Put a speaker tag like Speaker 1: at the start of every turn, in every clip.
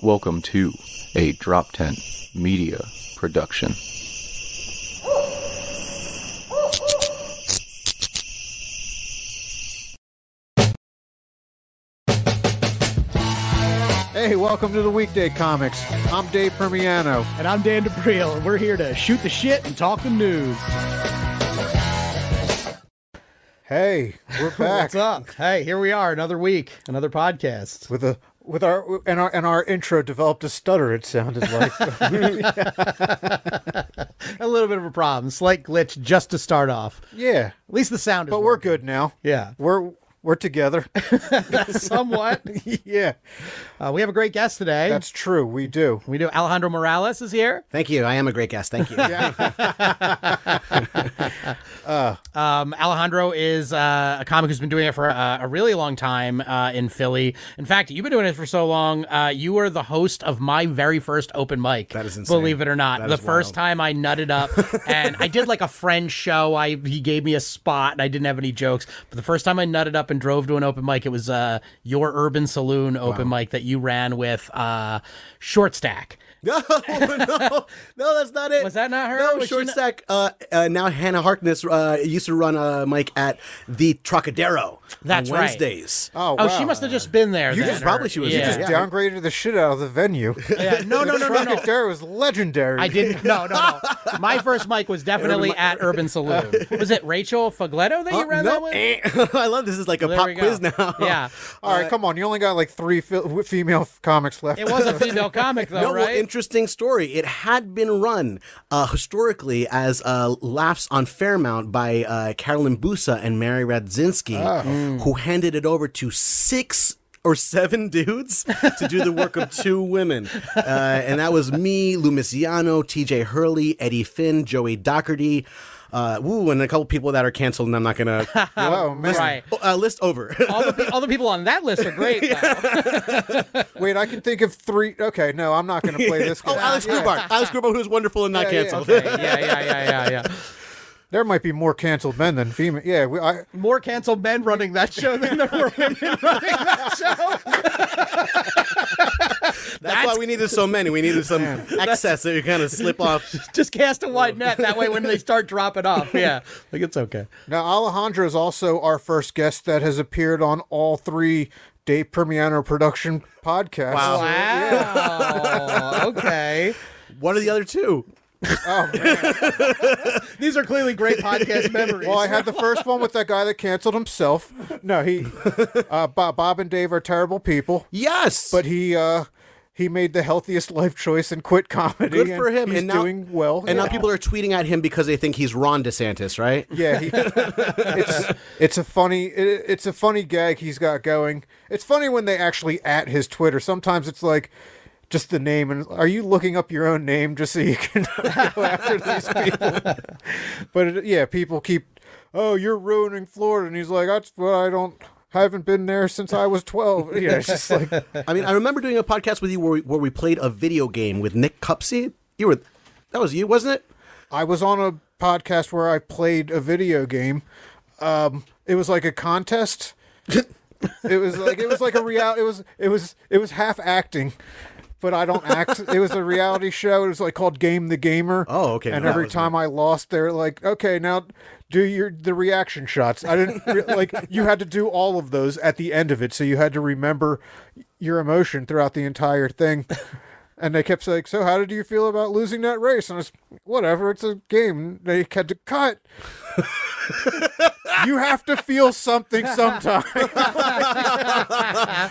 Speaker 1: Welcome to a Drop Tent Media production.
Speaker 2: Hey, welcome to the Weekday Comics. I'm Dave Permiano.
Speaker 3: And I'm Dan DeBriel, and we're here to shoot the shit and talk the news.
Speaker 2: Hey, we're back
Speaker 3: What's up? Hey, here we are, another week, another podcast.
Speaker 2: with a with our and our and our intro developed a stutter. It sounded like
Speaker 3: A little bit of a problem, slight glitch just to start off.
Speaker 2: yeah,
Speaker 3: At least the sound is
Speaker 2: but we're good now.
Speaker 3: Yeah.
Speaker 2: we're we're together.
Speaker 3: working somewhat.
Speaker 2: yeah,
Speaker 3: Uh, we have a great guest today.
Speaker 2: that's true. We do.
Speaker 3: we do. Alejandro Morales is here.
Speaker 4: Thank you. I am a great guest. Thank you.
Speaker 3: Um, Alejandro is uh, a comic who's been doing it for uh, a really long time uh, in Philly. In fact, you've been doing it for so long. Uh, you were the host of my very first open mic.
Speaker 4: That is insane.
Speaker 3: Believe it or not,
Speaker 4: That
Speaker 3: the
Speaker 4: is
Speaker 3: first
Speaker 4: wild.
Speaker 3: time I nutted up, and I did like a friend show. I he gave me a spot, and I didn't have any jokes. But the first time I nutted up and drove to an open mic, it was uh, your Urban Saloon open mic that you ran with uh, Short Stack.
Speaker 4: no, no, no, that's not it.
Speaker 3: Was that not her?
Speaker 4: No,
Speaker 3: Was she
Speaker 4: short
Speaker 3: not-
Speaker 4: stack. Uh, uh, now Hannah Harkness uh, used to run a mic at the Trocadero
Speaker 3: That's
Speaker 4: on
Speaker 3: right.
Speaker 4: Wednesdays.
Speaker 2: Oh,
Speaker 3: Oh,
Speaker 2: wow.
Speaker 3: she must have just been there.
Speaker 4: You
Speaker 3: then,
Speaker 4: just- probably
Speaker 3: or-
Speaker 4: she was-
Speaker 3: Yeah.
Speaker 4: you
Speaker 2: just downgraded the shit out of the venue.
Speaker 3: yeah. No, no, no, no, no.
Speaker 2: Trocadero was legendary.
Speaker 3: I didn't. No, no, no. My first mic was definitely at Urban Saloon. Was it Rachel Fagletto that you ran that
Speaker 4: no,
Speaker 3: with?
Speaker 4: eh. I love this. Is like a
Speaker 3: There
Speaker 4: pop
Speaker 3: we go.
Speaker 4: quiz now.
Speaker 3: Yeah.
Speaker 2: All right, come on. You only got like three fe- female f- comics left.
Speaker 3: uh, It was a female comic, though,
Speaker 4: No, well,
Speaker 3: right?
Speaker 4: interesting story. It had been run uh, historically as uh, Laughs on Fairmount by uh, Carolyn Busa and Mary Radzinski, who handed it over to six or seven dudes to do the work of two women. Uh, and that was me, Lou Misiano, TJ Hurley, Eddie Finn, Joey Doherty. Uh, ooh, and a couple people that are canceled, and I'm not gonna
Speaker 2: Wow, man.
Speaker 3: right.
Speaker 4: uh, list over.
Speaker 3: All the, pe- all the people on that list are great. though.
Speaker 2: Wait, I can think of three. Okay, no, I'm not going to play this.
Speaker 4: oh,
Speaker 2: game.
Speaker 4: Alex
Speaker 2: Yeah.
Speaker 4: Grubar, Alex Grubar, who's wonderful and not
Speaker 2: Yeah, yeah.
Speaker 4: canceled.
Speaker 3: Okay, yeah, yeah, yeah, yeah, yeah.
Speaker 2: There might be more canceled men than female. Yeah, we, I,
Speaker 3: More canceled men running that show than there were women running that show.
Speaker 4: That's, why we needed so many. We needed some excess that you kind of slip off.
Speaker 3: Just cast a wide net. That way, when they start dropping off, yeah, like it's okay.
Speaker 2: Now, Alejandro is also our first guest that has appeared on all three Dave Permiano production podcasts.
Speaker 4: Wow.
Speaker 3: Wow. Okay.
Speaker 4: What are the other two?
Speaker 3: These are clearly great podcast memories.
Speaker 2: Well, I had the first one with that guy that canceled himself. No, he, uh, Bob, Bob and Dave are terrible people,
Speaker 4: Yes,
Speaker 2: but he, uh, he made the healthiest life choice and quit comedy.
Speaker 4: good for him.
Speaker 2: He's
Speaker 4: and now,
Speaker 2: doing well.
Speaker 4: And
Speaker 2: yeah.
Speaker 4: now people are tweeting at him because they think he's Ron DeSantis, right?
Speaker 2: Yeah, he, it's it's a funny it, it's a funny gag he's got going. It's funny when they actually at his Twitter. Sometimes it's like just the name and are you looking up your own name just so you can go after these people? But it, yeah, people keep, "Oh, you're ruining Florida." And he's like, "That's what I don't haven't been there since I was 12." Yeah, it's just like
Speaker 4: I mean, I remember doing a podcast with you where we, where we played a video game with Nick Cupsey. You were that was you, wasn't it?
Speaker 2: I was on a podcast where I played a video game. Um, it was like a contest. it was like it was like a real. It was it was it was half acting, but I don't act. it was a reality show. It was like called Game the Gamer.
Speaker 4: Oh, okay.
Speaker 2: And
Speaker 4: No, that
Speaker 2: every
Speaker 4: was
Speaker 2: time I lost, they're like, "Okay, now do your the reaction shots." I didn't re- like you had to do all of those at the end of it, so you had to remember your emotion throughout the entire thing. And they kept saying, "So, how did you feel about losing that race?" And I was, "Whatever, it's a game." They had to cut. you have to feel something sometime.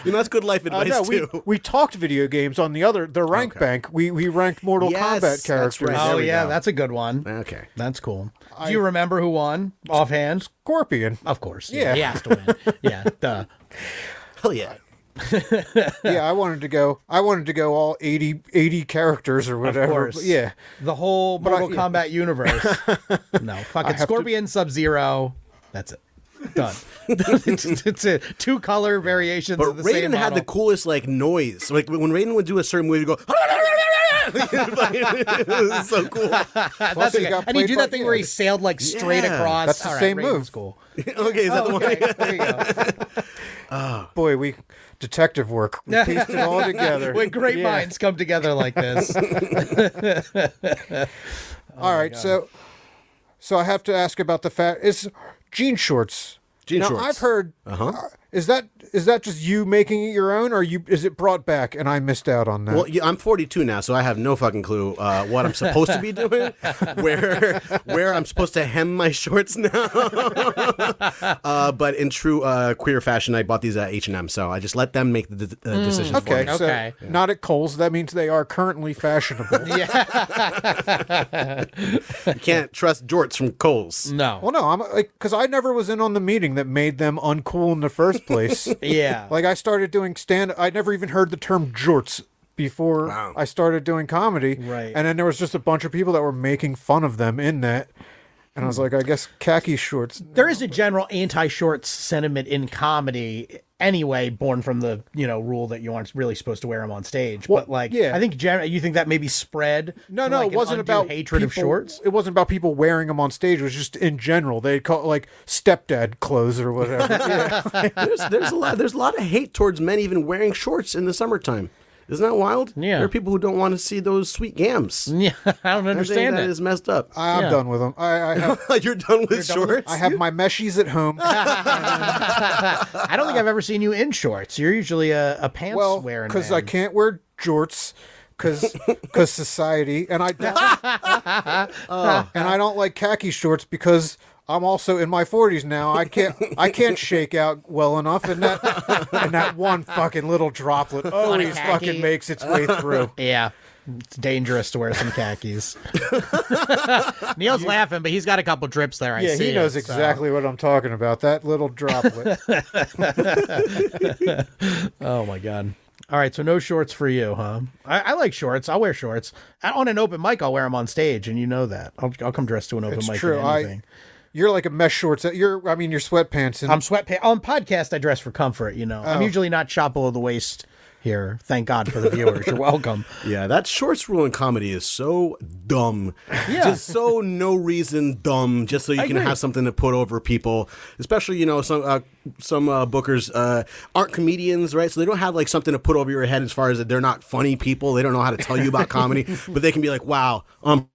Speaker 4: You know, that's good life
Speaker 2: Uh,
Speaker 4: advice
Speaker 2: no, we,
Speaker 4: too.
Speaker 2: we talked video games on the other the rank bank. We we ranked Mortal
Speaker 4: Yes,
Speaker 2: Kombat
Speaker 4: that's
Speaker 2: characters.
Speaker 4: right.
Speaker 3: Oh
Speaker 4: There we
Speaker 3: yeah,
Speaker 4: go.
Speaker 3: that's a good one.
Speaker 4: Okay.
Speaker 3: That's cool. Do you remember who won offhand?
Speaker 2: Scorpion.
Speaker 3: Of course.
Speaker 2: Yeah.
Speaker 3: He has to win. yeah. Duh.
Speaker 4: Hell yeah.
Speaker 2: yeah, I wanted to go. I wanted to go all 80, 80 characters or whatever.
Speaker 3: course.
Speaker 2: Yeah,
Speaker 3: The whole Mortal
Speaker 2: I- yeah.
Speaker 3: Kombat universe. no, fucking Scorpion Sub Zero. That's it. Done. it's a two color variations
Speaker 4: But
Speaker 3: of the same
Speaker 4: Raiden had the
Speaker 3: model.
Speaker 4: coolest like noise. Like when Raiden would do a certain move, he'd go. it was so cool.
Speaker 3: That's
Speaker 2: he
Speaker 3: okay.
Speaker 2: got
Speaker 3: And he
Speaker 2: played
Speaker 3: do
Speaker 2: by-
Speaker 3: that thing where he
Speaker 2: yeah.
Speaker 3: sailed like straight
Speaker 4: Yeah.
Speaker 3: across.
Speaker 2: That's the
Speaker 3: All right,
Speaker 2: same
Speaker 3: Raiden's
Speaker 2: move.
Speaker 3: Cool.
Speaker 4: okay, is that the one?
Speaker 3: Okay, there you go.
Speaker 2: Boy, we detective work. We pieced it all together.
Speaker 3: When great
Speaker 2: Yeah.
Speaker 3: minds come together like this.
Speaker 2: all right, so so I have to ask about the fact is jean shorts.
Speaker 4: Jean
Speaker 2: now,
Speaker 4: shorts. Uh-huh.
Speaker 2: I've heard. Uh, is that is that just you making it your own, or you is it brought back and I missed out on that?
Speaker 4: Well, yeah, I'm 42 now, so I have no fucking clue uh, what I'm supposed to be doing, where where I'm supposed to hem my shorts now. uh, but in true uh, queer fashion, I bought these at H and M, so I just let them make the d- uh, decision
Speaker 2: okay,
Speaker 4: for me.
Speaker 2: so
Speaker 3: Okay.
Speaker 2: not at Kohl's. That means they are currently fashionable.
Speaker 4: You can't trust jorts from Kohl's.
Speaker 2: Well,
Speaker 3: No.
Speaker 2: no, I'm like because I never was in on the meeting that made them uncool in the first place.
Speaker 3: Yeah.
Speaker 2: Like I started doing stand. I never even heard the term jorts before
Speaker 4: Wow.
Speaker 2: I started doing comedy.
Speaker 3: Right.
Speaker 2: And then there was just a bunch of people that were making fun of them in that. And I was like, I guess khaki shorts.
Speaker 3: there is a general anti-shorts sentiment in comedy anyway born from the you know rule that you aren't really supposed to wear them on stage but like
Speaker 2: yeah.
Speaker 3: i think gen- you think that maybe spread
Speaker 2: No,
Speaker 3: to,
Speaker 2: no,
Speaker 3: like,
Speaker 2: it
Speaker 3: an
Speaker 2: wasn't
Speaker 3: undue
Speaker 2: about
Speaker 3: hatred of
Speaker 2: people-
Speaker 3: shorts
Speaker 2: It wasn't about people wearing them on stage. It was just in general. They call it like stepdad clothes or whatever. Yeah.
Speaker 4: there's, there's a lot there's a lot of hate towards men even wearing shorts in the summertime. Isn't that wild?
Speaker 3: Yeah.
Speaker 4: there are people who don't want to see those sweet gams.
Speaker 3: yeah i don't
Speaker 4: I think
Speaker 3: understand
Speaker 4: that
Speaker 3: it
Speaker 4: is messed up.
Speaker 2: I'm
Speaker 3: Yeah.
Speaker 2: done with them. I, I have
Speaker 4: You're done with shorts.
Speaker 2: I have my meshies at home.
Speaker 3: i don't think i've ever seen you in shorts you're usually a, a pants
Speaker 2: well,
Speaker 3: wearing
Speaker 2: because I
Speaker 3: man.
Speaker 2: can't wear jorts because because society and I don't, and I don't like khaki shorts because I'm also in my 40s now. I can't I can't shake out well enough, and that and that one fucking little droplet always
Speaker 3: khaki.
Speaker 2: fucking makes its way through.
Speaker 3: yeah it's dangerous to wear some khakis neil's laughing but he's got a couple drips there i
Speaker 2: Yeah,
Speaker 3: see
Speaker 2: he knows
Speaker 3: it, so.
Speaker 2: exactly what I'm talking about. That little droplet.
Speaker 3: Oh my god! All right, so no shorts for you, huh? I, I like shorts. I'll wear shorts I, on an open mic. I'll wear them on stage, and you know that. I'll, I'll come dressed to an open
Speaker 2: it's
Speaker 3: mic.
Speaker 2: true.
Speaker 3: True.
Speaker 2: I
Speaker 3: Anything.
Speaker 2: you're like a mesh shorts. You're I mean your sweatpants and
Speaker 3: I, am sweatpants on podcast. I dress for comfort. You know,
Speaker 2: Oh.
Speaker 3: I'm usually not shot below the waist here. Thank God for the viewers. You're welcome.
Speaker 4: Yeah, that shorts rule in comedy is so dumb. Just so no reason dumb, just so you
Speaker 3: I
Speaker 4: can
Speaker 3: agree.
Speaker 4: have something to put over people. Especially, you know, some uh, some uh, bookers uh, aren't comedians, right? So they don't have like something to put over your head as far as that they're not funny people. They don't know how to tell you about comedy, but they can be like, wow, I'm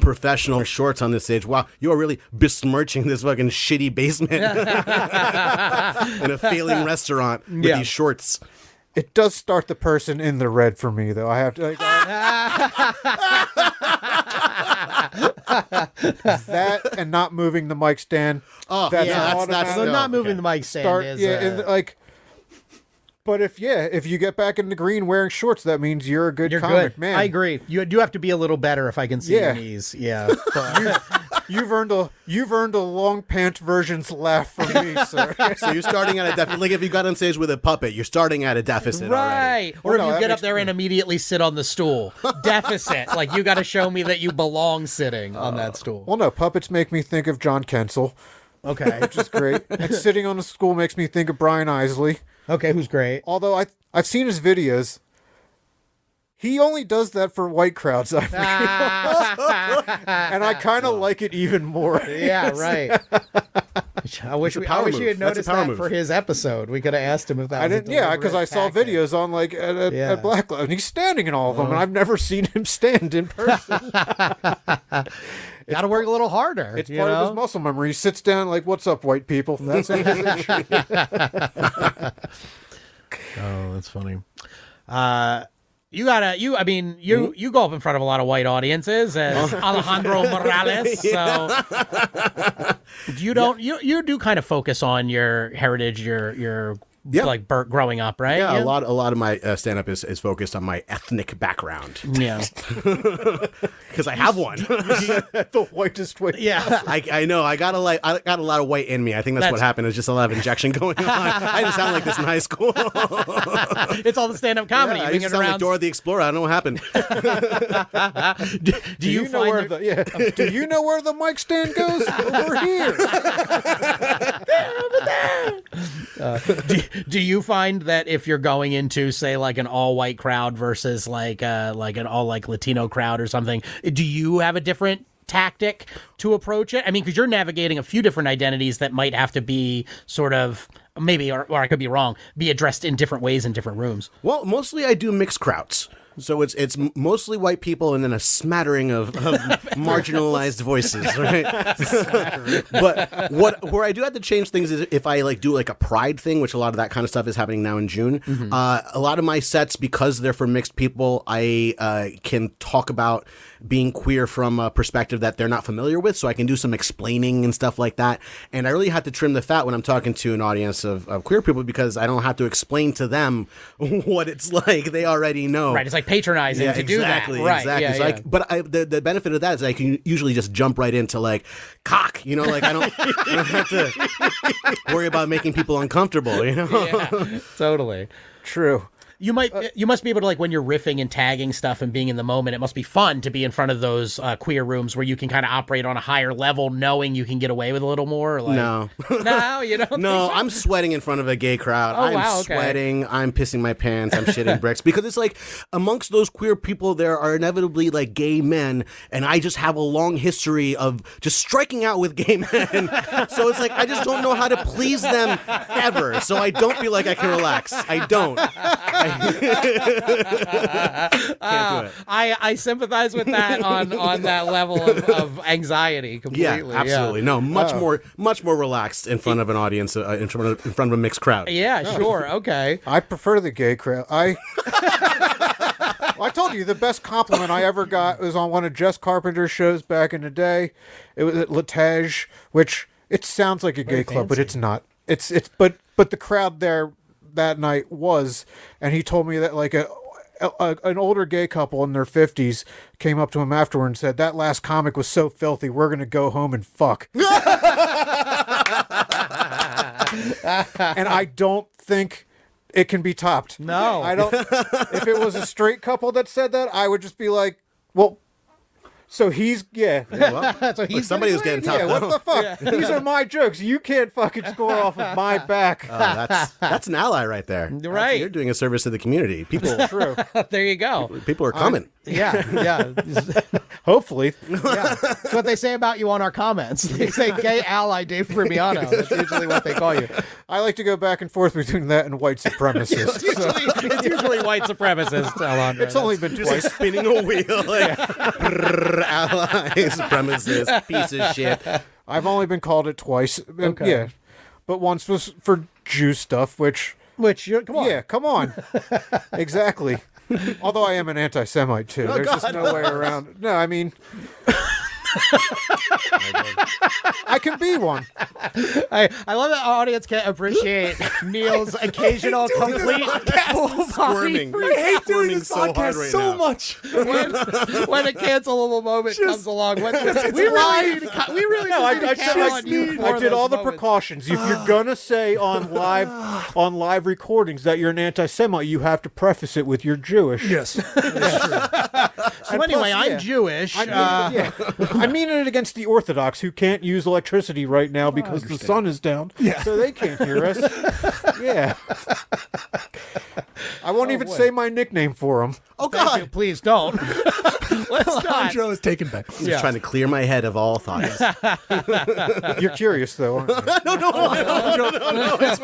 Speaker 4: professional shorts on this stage. Wow, you are really besmirching this fucking shitty basement in a failing restaurant with
Speaker 3: Yeah.
Speaker 4: these shorts.
Speaker 2: It does start the person in the red for me, though. I have to. Like, that and not moving the mic stand.
Speaker 4: Oh,
Speaker 2: That's
Speaker 4: yeah,
Speaker 2: an
Speaker 4: that's, that's
Speaker 3: So
Speaker 2: No,
Speaker 3: not
Speaker 4: no,
Speaker 3: moving
Speaker 4: okay.
Speaker 3: the mic stand
Speaker 2: Start,
Speaker 3: is
Speaker 2: yeah,
Speaker 3: uh,
Speaker 2: and, like. But if yeah, if you get back in the green wearing shorts, that means you're a good
Speaker 3: you're
Speaker 2: comic,
Speaker 3: good.
Speaker 2: man.
Speaker 3: I agree. You do have to be a little better if I can see
Speaker 2: Yeah.
Speaker 3: your knees. Yeah. but-
Speaker 2: You've earned a you've earned a long pant version's laugh from me, sir.
Speaker 4: So you're starting at a deficit. Like if you got on stage with a puppet, you're starting at a deficit already.
Speaker 3: Right. Or
Speaker 2: Well, no,
Speaker 3: if
Speaker 2: that
Speaker 3: you get
Speaker 2: makes-
Speaker 3: up there and immediately sit on the stool. Deficit. like you got to show me that you belong sitting on that stool.
Speaker 2: well, no, puppets make me think of John Kensel,
Speaker 3: Okay.
Speaker 2: which is great. and sitting on the stool makes me think of Brian Isley.
Speaker 3: okay, who's great?
Speaker 2: although I I've seen his videos. He only does that for white crowds, I feel. and I kind of like it even more.
Speaker 3: Yeah, right. I wish we, I
Speaker 4: power
Speaker 3: wish you had
Speaker 4: move. That's
Speaker 3: noticed
Speaker 4: a power
Speaker 3: that
Speaker 4: move.
Speaker 3: for his episode. We could have asked him if that
Speaker 2: I
Speaker 3: was a
Speaker 2: didn't, yeah,
Speaker 3: deliberate
Speaker 2: because I saw
Speaker 3: tactic.
Speaker 2: videos on like at, at,
Speaker 3: Yeah.
Speaker 2: at Black Lives, and he's standing in all of them, and I've never seen him stand in person.
Speaker 3: Got to work a little harder.
Speaker 2: It's
Speaker 3: you
Speaker 2: part of
Speaker 3: know?
Speaker 2: his muscle memory. He sits down like, "What's up, white people?" That's it.
Speaker 3: Oh, that's funny. Uh, you gotta you. I mean, you you go up in front of a lot of white audiences as Alejandro Morales. So you don't you you do kind of focus on your heritage, your your
Speaker 4: Yeah.
Speaker 3: like bur- growing up, right?
Speaker 4: Yeah, a lot. A lot of my uh, stand up is, is focused on my ethnic background
Speaker 3: Yeah,
Speaker 4: because I have one.
Speaker 2: the whitest way.
Speaker 3: yeah.
Speaker 4: I, I know. I got a like. I got a lot of white in me. I think that's, what
Speaker 3: That's-
Speaker 4: happened. It's just a lot of injection going on. I didn't sound like this in high school.
Speaker 3: it's all the stand-up comedy.
Speaker 4: I
Speaker 3: You
Speaker 4: used to
Speaker 3: get
Speaker 4: sound like
Speaker 3: around-
Speaker 4: Dora the Explorer. I don't know what happened.
Speaker 3: do,
Speaker 2: Do you,
Speaker 3: you,
Speaker 2: know
Speaker 3: find
Speaker 2: where
Speaker 3: that-
Speaker 2: the yeah? Do you know where the mic stand goes? Over here.
Speaker 3: do, do you find that if you're going into say like an all white crowd versus like uh like an all like latino crowd or something do you have a different tactic to approach it i mean because you're navigating a few different identities that might have to be sort of
Speaker 5: maybe, or, or I could be wrong, be addressed in different ways in different rooms.
Speaker 4: Well, mostly I do mixed crowds. So it's it's m- mostly white people and then a smattering of, of marginalized voices, right? but what where I do have to change things is if I like do like a pride thing, which a lot of that kind of stuff is happening now in June. Uh, a lot of my sets because they're for mixed people, I uh, can talk about being queer from a perspective that they're not familiar with, so I can do some explaining and stuff like that. And I really have to trim the fat when I'm talking to an audience of, of queer people because I don't have to explain to them what it's like. They already know.
Speaker 5: Right. It's like patronizing to do
Speaker 4: exactly,
Speaker 5: that. Right.
Speaker 4: Exactly.
Speaker 5: Yeah,
Speaker 4: So I
Speaker 5: yeah.
Speaker 4: c- but I, the, the benefit of that is I can usually just jump right into like cock, you know, like I don't, I don't have to worry about making people uncomfortable, you know?
Speaker 5: Yeah, totally.
Speaker 2: True.
Speaker 5: You might
Speaker 4: Uh,
Speaker 5: you must be able to like when you're riffing and tagging stuff and being in the moment. It must be fun to be in front of those uh, queer rooms where you can kind of operate on a higher level, knowing you can get away with a little more. Like,
Speaker 4: No.
Speaker 5: no, you don't.
Speaker 4: No, I'm sweating in front of a gay crowd.
Speaker 5: Oh,
Speaker 4: I'm
Speaker 5: wow, okay.
Speaker 4: sweating. I'm pissing my pants. I'm shitting bricks because it's like amongst those queer people, there are inevitably like gay men, and I just have a long history of just striking out with gay men. so it's like I just don't know how to please them ever. So I don't feel like I can relax. I don't. I- Can't do it.
Speaker 5: I, I sympathize with that on, on that level of, of anxiety
Speaker 4: Yeah,
Speaker 5: completely. Oh.
Speaker 4: absolutely. No, much more, much more relaxed in front of an audience, uh, in front of in front of a mixed crowd.
Speaker 5: Yeah, sure. Okay.
Speaker 2: I prefer the gay crowd. I. I told you the best compliment I ever got was on one of Jess Carpenter's shows back in the day. It was at Latège, which it sounds like a gay club, but it's not. It's it's but but the crowd there that night was, and he told me that like a, a an older gay couple in their fifties came up to him afterward and said that last comic was so filthy, we're gonna go home and fuck. and I don't think it can be topped.
Speaker 5: No.
Speaker 2: I don't. if it was a straight couple that said that, I would just be like, well, so he's yeah.
Speaker 4: Well,
Speaker 5: So
Speaker 4: look, somebody was getting top.
Speaker 2: Yeah, what the fuck? These are my jokes. You can't fucking score off of my back.
Speaker 4: Oh, that's that's an ally right there. That's-
Speaker 5: Right.
Speaker 4: you're doing a service to the community. People
Speaker 2: True.
Speaker 5: there you go.
Speaker 4: people are coming.
Speaker 3: Yeah, yeah.
Speaker 2: Hopefully.
Speaker 3: yeah. It's what they say about you on our comments. They say gay ally Dave Fermiano. That's usually what they call you.
Speaker 2: I like to go back and forth between that and white supremacists.
Speaker 5: It's usually, it's usually white supremacists, Alondra.
Speaker 2: It's only been
Speaker 4: Just like
Speaker 2: twice.
Speaker 4: spinning a wheel, like brrr, allies, premises, piece of shit.
Speaker 2: I've only been called it twice. Um, Yeah. But once was for Jew stuff, which
Speaker 3: Which you're come on.
Speaker 2: yeah, come on. exactly. Although I am an anti Semite too.
Speaker 3: Oh,
Speaker 2: There's just no way around it. No, I mean I can be one.
Speaker 3: I, I love that our audience can't appreciate Neil's occasional complete full body
Speaker 4: Squirming, squirming so hard right now.
Speaker 3: much. When, when a cancelable moment comes along, when, we, really need to, ca- we really
Speaker 2: No, I,
Speaker 3: need
Speaker 2: I,
Speaker 3: to count
Speaker 2: I-
Speaker 3: on you for
Speaker 2: I did
Speaker 3: those
Speaker 2: all the
Speaker 3: moments.
Speaker 2: precautions. If you're gonna say on live on live recordings that you're an anti-Semite, you have to preface it with you're Jewish. Yes.
Speaker 3: So anyway,
Speaker 2: plus, yeah.
Speaker 3: I'm Jewish.
Speaker 2: I mean,
Speaker 3: uh,
Speaker 2: yeah. I mean it against the Orthodox who can't use electricity right now because the sun is down, so they can't hear us. yeah. I won't even say my nickname for them.
Speaker 3: oh God, please don't. Let's not.
Speaker 6: Andro is taken back.
Speaker 4: I'm just trying to clear my head of all thoughts.
Speaker 2: You're curious though. Aren't you?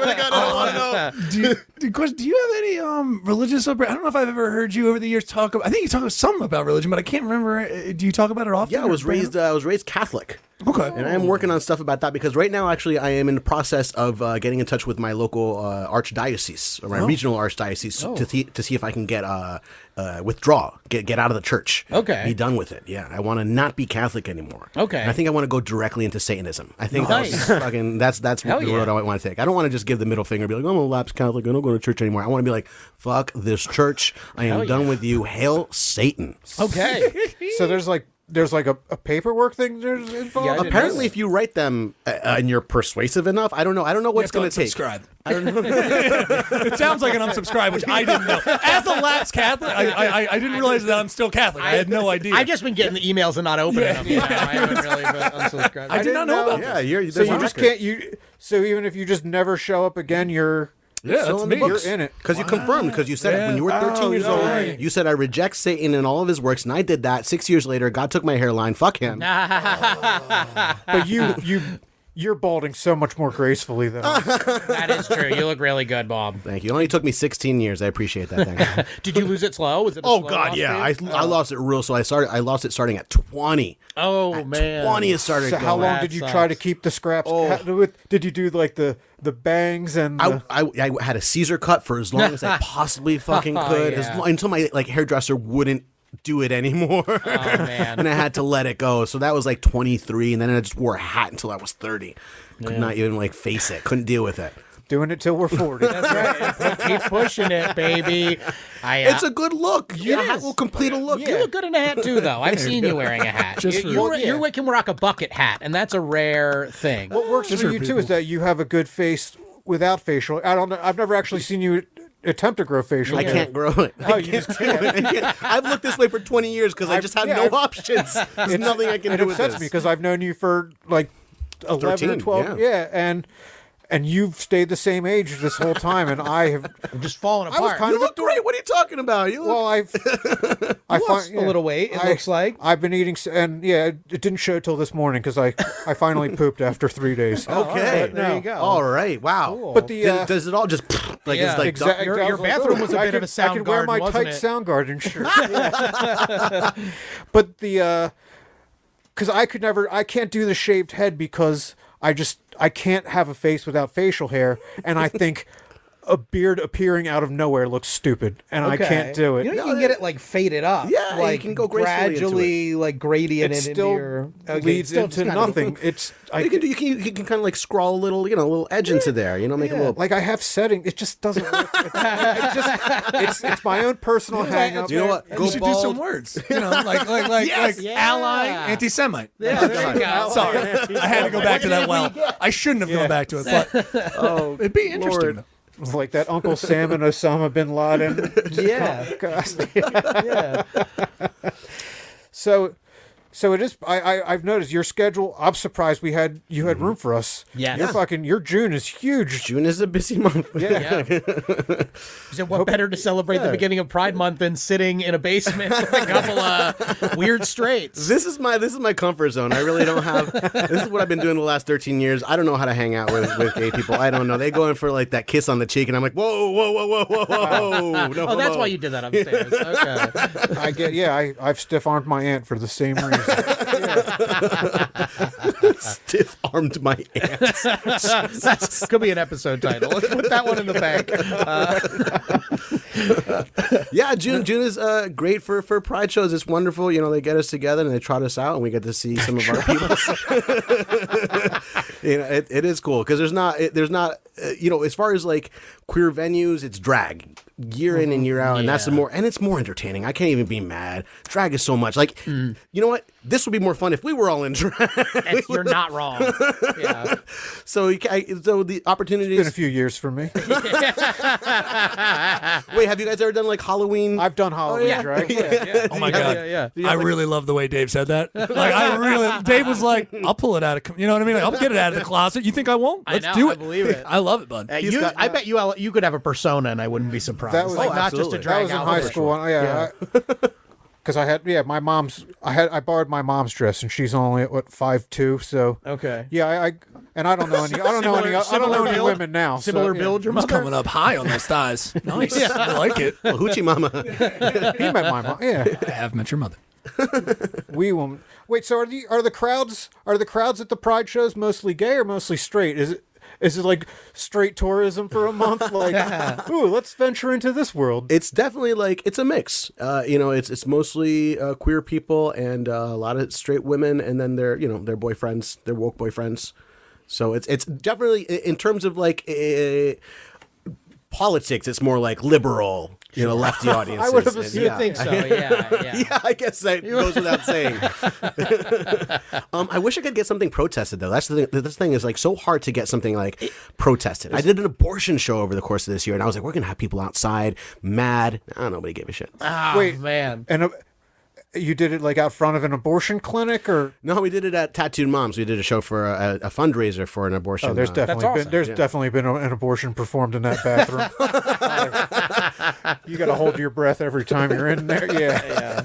Speaker 6: Do you, do, question, do you have any um religious? upbra- I don't know if I've ever heard you over the years talk. About, I think you talk some about religion, but I can't remember. uh, Do you talk about it often?
Speaker 4: Yeah, I
Speaker 6: or-
Speaker 4: was raised. Uh, I was raised Catholic.
Speaker 6: Okay.
Speaker 4: And I am working on stuff about that because right now, actually, I am in the process of uh, getting in touch with my local uh, archdiocese or my
Speaker 5: Oh.
Speaker 4: regional archdiocese to, see to see if I can get uh, uh, withdraw, get get out of the church.
Speaker 5: Okay.
Speaker 4: be done with it. Yeah, I want to not be Catholic anymore.
Speaker 5: Okay.
Speaker 4: And I think I want to go directly into Satanism. I think
Speaker 5: Nice.
Speaker 4: that's fucking that's that's
Speaker 5: Hell
Speaker 4: the
Speaker 5: yeah.
Speaker 4: road I want to take. I don't want to just give the middle finger, and be like, I'm a lapsed Catholic. I don't go to church anymore. I want to be like, fuck this church. I am
Speaker 5: Hell
Speaker 4: done
Speaker 5: yeah. Oh,
Speaker 4: with you. Hail Satan.
Speaker 5: Okay.
Speaker 2: So there's like there's like a, a paperwork thing there's involved.
Speaker 5: Yeah, I didn't know
Speaker 4: Apparently, if you write them uh, uh, and you're persuasive enough, I don't know. I don't know what it's
Speaker 6: Go
Speaker 4: going
Speaker 6: and
Speaker 4: to take.
Speaker 6: subscribe. I don't know. it sounds like an unsubscribe, which I didn't know. As a lapsed Catholic, I, I, I- I didn't realize that I'm still Catholic. I, had no idea.
Speaker 5: I've just been getting the emails and not opening them. You know? I haven't really been unsubscribed.
Speaker 6: I did
Speaker 2: didn't
Speaker 6: not know,
Speaker 2: know.
Speaker 6: about
Speaker 4: Yeah,
Speaker 6: this.
Speaker 4: you're.
Speaker 2: so you just can't you. So even if you just never show up again, you're
Speaker 6: Yeah, that's me.
Speaker 2: You're in it.
Speaker 4: because you confirmed because you said it when you were 13
Speaker 6: Oh,
Speaker 4: years
Speaker 6: you're
Speaker 4: old.
Speaker 6: right.
Speaker 4: You said I reject Satan and all of his works, and I did that. Six years later, God took my hairline. Fuck him.
Speaker 2: But you you You're balding so much more gracefully than I am.
Speaker 5: That is true. You look really good, Bob.
Speaker 4: Thank you. It only took me 16 years. I appreciate that. Thank you.
Speaker 5: Did you lose it slow? Was it? a
Speaker 4: oh
Speaker 5: slow
Speaker 4: God,
Speaker 5: loss
Speaker 4: yeah. I,
Speaker 5: for you?
Speaker 4: I lost it real. So I started. I lost it starting at 20.
Speaker 5: oh
Speaker 4: At
Speaker 5: man.
Speaker 4: 20 it started
Speaker 2: So
Speaker 4: going. Oh.
Speaker 2: how long
Speaker 5: That
Speaker 2: did you try to
Speaker 5: sucks.
Speaker 2: keep the scraps? How- did you do like the the bangs and
Speaker 4: I,
Speaker 2: the-
Speaker 4: I, I had a Caesar cut for as long as I possibly fucking could, as
Speaker 5: Yeah.
Speaker 4: long, until my like hairdresser wouldn't do it anymore,
Speaker 5: Oh, man.
Speaker 4: and I had to let it go. So that was like 23, and then I just wore a hat until I was 30. Could not even like face it. Couldn't deal with it.
Speaker 2: doing it till we're forty?
Speaker 5: That's right. Keep pushing it, baby. I, uh,
Speaker 4: It's a good look. Your hat will complete a look.
Speaker 5: You look good in a hat too, though. I've seen you wearing a hat.
Speaker 6: Just
Speaker 5: you,
Speaker 6: for-
Speaker 5: you're,
Speaker 6: Yeah.
Speaker 5: you're we can rock a bucket hat, and that's a rare thing.
Speaker 2: what works for you too is that you have a good face without facial. I don't know. I've never actually seen you attempt to grow facial.
Speaker 4: I can't grow it.
Speaker 2: Oh, you just can't.
Speaker 4: I can't. I've looked this way for 20 years because I
Speaker 2: I've-
Speaker 4: just had
Speaker 2: yeah,
Speaker 4: no
Speaker 2: I've-
Speaker 4: options. There's nothing I can
Speaker 2: it
Speaker 4: do with
Speaker 2: upsets
Speaker 4: this.
Speaker 2: me because I've known you for like eleven or
Speaker 4: 13,
Speaker 2: twelve.
Speaker 4: yeah.
Speaker 2: and and you've stayed the same age this whole time, and I have.
Speaker 3: I'm just falling
Speaker 2: I was
Speaker 3: apart.
Speaker 2: kind
Speaker 4: you
Speaker 2: of a
Speaker 4: look great. What are you talking about? You look
Speaker 2: Well, I've I
Speaker 3: lost
Speaker 2: fin-
Speaker 3: a little weight, it looks like.
Speaker 2: I've been eating, s- and yeah, it, it didn't show till this morning because I I finally pooped after three days.
Speaker 4: okay.
Speaker 3: right, there you go.
Speaker 4: All right. Wow.
Speaker 2: But the,
Speaker 4: Does-
Speaker 2: uh,
Speaker 4: does it all just like
Speaker 5: Yeah.
Speaker 4: it's like
Speaker 2: Exact-
Speaker 4: duck-
Speaker 3: Your-
Speaker 2: I
Speaker 3: your
Speaker 2: was like,
Speaker 3: bathroom
Speaker 2: "Oh,
Speaker 3: was a
Speaker 2: I
Speaker 3: bit of
Speaker 2: could-
Speaker 3: a
Speaker 2: I could wear
Speaker 3: Soundgarden,
Speaker 2: my
Speaker 3: wasn't
Speaker 2: tight
Speaker 3: it?"
Speaker 2: Soundgarden shirt. but the uh, because I could never, I can't do the shaved head because I just I can't have a face without facial hair, and I think a beard appearing out of nowhere looks stupid, and I can't do it.
Speaker 3: You know, you can get it like faded up.
Speaker 4: Yeah, you
Speaker 3: like
Speaker 4: can go gracefully into
Speaker 3: gradually, like gradient
Speaker 2: it
Speaker 3: it
Speaker 2: still
Speaker 3: into your Okay,
Speaker 2: leads
Speaker 3: still
Speaker 2: into
Speaker 3: just kind of-
Speaker 2: nothing. It's I
Speaker 4: you can do you can you can kind of like scrawl a little you know a little edge into there you know make a little
Speaker 2: like I have setting. It just doesn't. Work. It, it's just it's, it's my own personal hang up.
Speaker 4: you know what
Speaker 6: you should do some words. You know, like like like,
Speaker 4: Yes.
Speaker 6: like
Speaker 5: Yeah.
Speaker 6: ally, anti-Semite.
Speaker 5: Yeah, there you go.
Speaker 6: Sorry, I had to go back to that well. I shouldn't have gone back to it, but oh, it'd be interesting.
Speaker 4: Lord.
Speaker 6: though.
Speaker 2: It's like that Uncle Sam and Osama bin Laden.
Speaker 3: Yeah.
Speaker 2: So, so it is. I, I I've noticed your schedule. I'm surprised we had you had room for us.
Speaker 5: Yes.
Speaker 2: Your
Speaker 5: Yeah.
Speaker 2: fucking your June is huge.
Speaker 4: June is a busy month
Speaker 5: Yeah. He said, what better to celebrate the beginning of Pride Month than sitting in a basement with a couple of weird straights?
Speaker 4: this is my this is my comfort zone I really don't have this is what I've been doing the last 13 years I don't know how to hang out with, with gay people I don't know they go in for like that kiss on the cheek and I'm like whoa whoa whoa whoa whoa whoa no
Speaker 5: Oh, that's
Speaker 4: homo.
Speaker 5: why you did that upstairs. Okay.
Speaker 2: I get. Yeah, I I've stiff armed my aunt for the same reason.
Speaker 4: stiff armed my aunt
Speaker 5: That's, could be an episode title. Let's put that one in the bank.
Speaker 4: yeah, June June is uh, great for for pride shows. It's wonderful. You know, they get us together and they trot us out, and we get to see some of our people. you know, it, it is cool because there's not it, there's not uh, you know as far as like queer venues, it's drag year in and year out, and that's the
Speaker 5: Mm-hmm. Yeah.
Speaker 4: more and it's more entertaining. I can't even be mad. Drag is so much. Like,
Speaker 5: Mm.
Speaker 4: you know what? This would be more fun if we were all in drag.
Speaker 5: That's- You're not wrong. Yeah.
Speaker 4: so you ca- I, so the
Speaker 2: Been a
Speaker 4: opportunities.
Speaker 2: few years for me.
Speaker 4: Wait, have you guys ever done like Halloween?
Speaker 2: I've done Halloween drag.
Speaker 6: Oh my god!
Speaker 5: yeah, yeah.
Speaker 6: I really love the way Dave said that. Like, I really. Dave was like, "I'll pull it out of, you know what I mean? Like, I'll get it out of the closet. You think I won't? Let's
Speaker 5: know,
Speaker 6: do
Speaker 5: I
Speaker 6: it.
Speaker 5: believe it.
Speaker 6: I love it, bud.
Speaker 5: Uh, you, I bet you you could have a persona, and I wouldn't be surprised.
Speaker 2: That was-
Speaker 5: like
Speaker 2: Oh,
Speaker 5: not just a
Speaker 4: absolutely.
Speaker 2: That
Speaker 5: drag
Speaker 2: was in
Speaker 5: out
Speaker 2: high
Speaker 5: for
Speaker 2: school.
Speaker 5: sure.
Speaker 2: Yeah. Because I had yeah, my mom's. I had I borrowed my mom's dress, and she's only at what five two. So
Speaker 3: Okay.
Speaker 2: Yeah, I, I and I don't know any. I don't know any. I don't
Speaker 5: Similar-
Speaker 2: know
Speaker 5: similar
Speaker 2: any
Speaker 5: build?
Speaker 2: women now. so,
Speaker 5: Similar
Speaker 2: yeah.
Speaker 5: build, your
Speaker 6: It's
Speaker 5: mother.
Speaker 6: coming up high on those thighs. Nice. I like it. I
Speaker 4: Oh, Hoochie Mama.
Speaker 2: He met my mom. Yeah,
Speaker 6: have met your mother.
Speaker 2: we will. Wait, so are the are the crowds are the crowds at the pride shows mostly gay or mostly straight? Is it is it like straight tourism for a month? Like, ooh, let's venture into this world.
Speaker 4: it's definitely like it's a mix. Uh, you know, it's it's mostly uh, queer people and uh, a lot of straight women, and then their you know their boyfriends, their woke boyfriends. So it's it's definitely i- in terms of like eh, politics, it's more like liberal, you know, lefty audiences.
Speaker 2: would have
Speaker 4: And,
Speaker 2: assumed-
Speaker 4: yeah.
Speaker 5: So Oh, yeah, yeah.
Speaker 4: Yeah, I guess that goes without saying. um, I wish I could get something protested though. That's the thing. This thing is like so hard to get something like protested. I did an abortion show over the course of this year, and I was like, we're gonna have people outside mad. Ah, nobody gave a shit.
Speaker 5: Ah,
Speaker 2: Wait.
Speaker 5: man.
Speaker 2: And uh, you did it like out front of an abortion clinic, or
Speaker 4: No, we did it at Tattooed Moms. We did a show for a, a fundraiser for an abortion.
Speaker 2: Oh, there's
Speaker 4: uh,
Speaker 2: definitely been
Speaker 5: awesome.
Speaker 2: there's definitely been a- an abortion performed in that bathroom. you got to hold your breath every time you're in there. Yeah.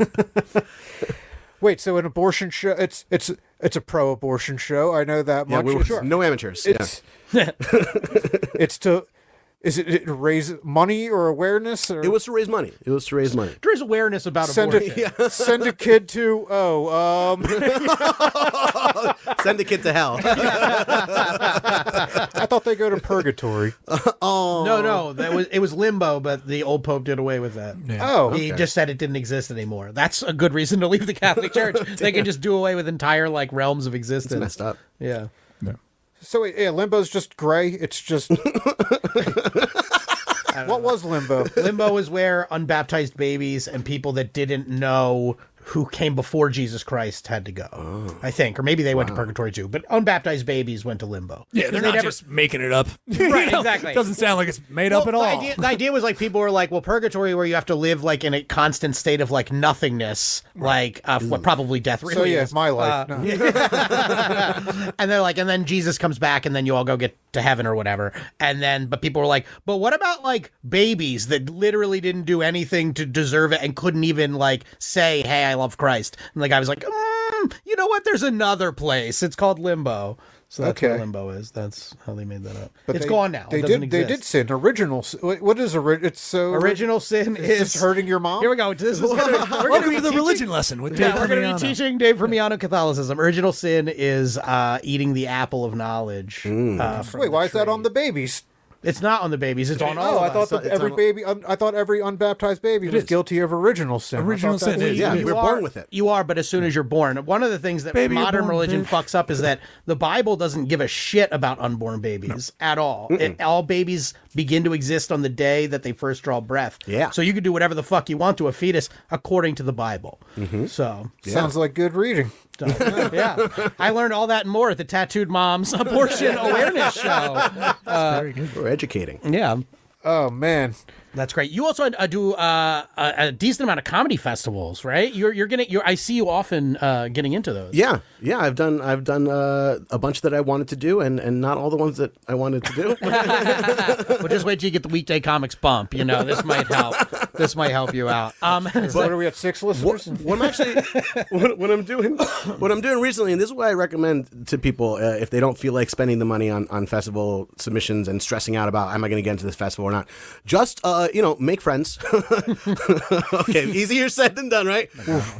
Speaker 2: Wait, so an abortion show? It's it's it's a pro-abortion show. I know that
Speaker 4: Yeah,
Speaker 2: much.
Speaker 4: we were,
Speaker 2: Sure.
Speaker 4: no amateurs. yeah.
Speaker 2: It's it's to is it, it raise money or awareness or
Speaker 4: It was to raise money. It was to raise money.
Speaker 5: There is awareness about
Speaker 2: send
Speaker 5: abortion.
Speaker 2: a send a kid to oh um
Speaker 4: Send the kid to hell.
Speaker 2: I thought they go to purgatory.
Speaker 5: No, no, that was it was limbo, but the old pope did away with that.
Speaker 2: Oh,
Speaker 5: He just said it didn't exist anymore. That's a good reason to leave the Catholic Church. they can just do away with entire like realms of existence.
Speaker 4: messed up.
Speaker 5: Yeah.
Speaker 2: so wait, yeah, limbo's just gray. It's just what was limbo?
Speaker 5: Limbo is where unbaptized babies and people that didn't know who came before Jesus Christ had to go. I think, or maybe they went to purgatory too. But unbaptized babies went to limbo.
Speaker 6: Yeah, they're
Speaker 5: They
Speaker 6: not
Speaker 5: never-
Speaker 6: just making it up. Right,
Speaker 5: exactly.
Speaker 6: Doesn't sound like it's made up at
Speaker 5: Well,
Speaker 6: all.
Speaker 5: The idea, the idea was like people were like, well, purgatory where you have to live like in a constant state of like nothingness, like uh, what probably death. Really
Speaker 2: So yeah,
Speaker 5: is.
Speaker 2: my
Speaker 4: Uh,
Speaker 2: life. no.
Speaker 5: and they're like, and then Jesus comes back, and then you all go get to heaven or whatever. And then, but people were like, but what about like babies that literally didn't do anything to deserve it and couldn't even like say, hey, I love Christ? And the guy was like, mm, you know what? There's another place. It's called limbo. So that's
Speaker 2: Okay.
Speaker 5: what limbo is. That's how they made that up.
Speaker 2: But
Speaker 5: it's
Speaker 2: they-
Speaker 5: gone now.
Speaker 2: They
Speaker 5: it doesn't
Speaker 2: did.
Speaker 5: Exist.
Speaker 2: They did sin. Original. sin- wait, What is original? It's so
Speaker 5: Original sin
Speaker 2: It's
Speaker 5: is
Speaker 2: just hurting your mom.
Speaker 5: Here we go. This is gonna, we're
Speaker 6: Welcome
Speaker 5: gonna
Speaker 6: to
Speaker 5: be
Speaker 6: the
Speaker 5: teaching-
Speaker 6: religion lesson with
Speaker 5: yeah,
Speaker 6: Dave
Speaker 5: we're going
Speaker 6: Armiano.
Speaker 5: to be teaching Dave Vermiano Catholicism. Original sin is uh, eating the apple of knowledge.
Speaker 2: Mm.
Speaker 5: Uh, from
Speaker 2: Wait,
Speaker 5: the
Speaker 2: why is that
Speaker 5: tree.
Speaker 2: on the babies?
Speaker 5: It's not on the babies. It's on
Speaker 2: Oh,
Speaker 5: all. of
Speaker 2: I
Speaker 5: us.
Speaker 2: thought that
Speaker 4: it's
Speaker 2: every
Speaker 4: on-
Speaker 2: baby. Un, I thought every unbaptized baby was
Speaker 6: is.
Speaker 2: guilty of original sin. I
Speaker 6: Original
Speaker 2: thought that
Speaker 6: sin
Speaker 2: was-
Speaker 6: is,
Speaker 4: Yeah,
Speaker 5: You
Speaker 4: we're
Speaker 5: are-
Speaker 4: born with it.
Speaker 5: You are, but as soon as you're born, one of the things that
Speaker 6: Baby, you're
Speaker 5: modern
Speaker 6: born,
Speaker 5: religion
Speaker 6: bitch.
Speaker 5: fucks up is that the Bible doesn't give a shit about unborn babies at all. It, all babies begin to exist on the day that they first draw breath.
Speaker 4: Yeah.
Speaker 5: So you can do whatever the fuck you want to a fetus according to the Bible. So
Speaker 2: Sounds like good reading.
Speaker 5: So, yeah, I learned all that and more at the Tattooed Moms Abortion Awareness Show. Uh,
Speaker 4: We're educating.
Speaker 5: Yeah,
Speaker 2: Oh man,
Speaker 5: that's great. You also uh, do uh, a, a decent amount of comedy festivals, right? You're you're getting you're, I see you often uh, getting into those.
Speaker 4: Yeah, yeah. I've done I've done uh, a bunch that I wanted to do, and and not all the ones that I wanted to do.
Speaker 5: Well, just wait till you get the weekday comics bump. You know, this might help. this might help you out. Um, it's
Speaker 2: what
Speaker 5: like-
Speaker 2: are we at six
Speaker 4: what,
Speaker 2: listeners?
Speaker 4: what I'm actually what, what I'm doing what I'm doing recently, and this is what I recommend to people uh, if they don't feel like spending the money on, on festival submissions and stressing out about am I going to get into this festival or not. Just uh, you know, make friends. okay, easier said than done, right?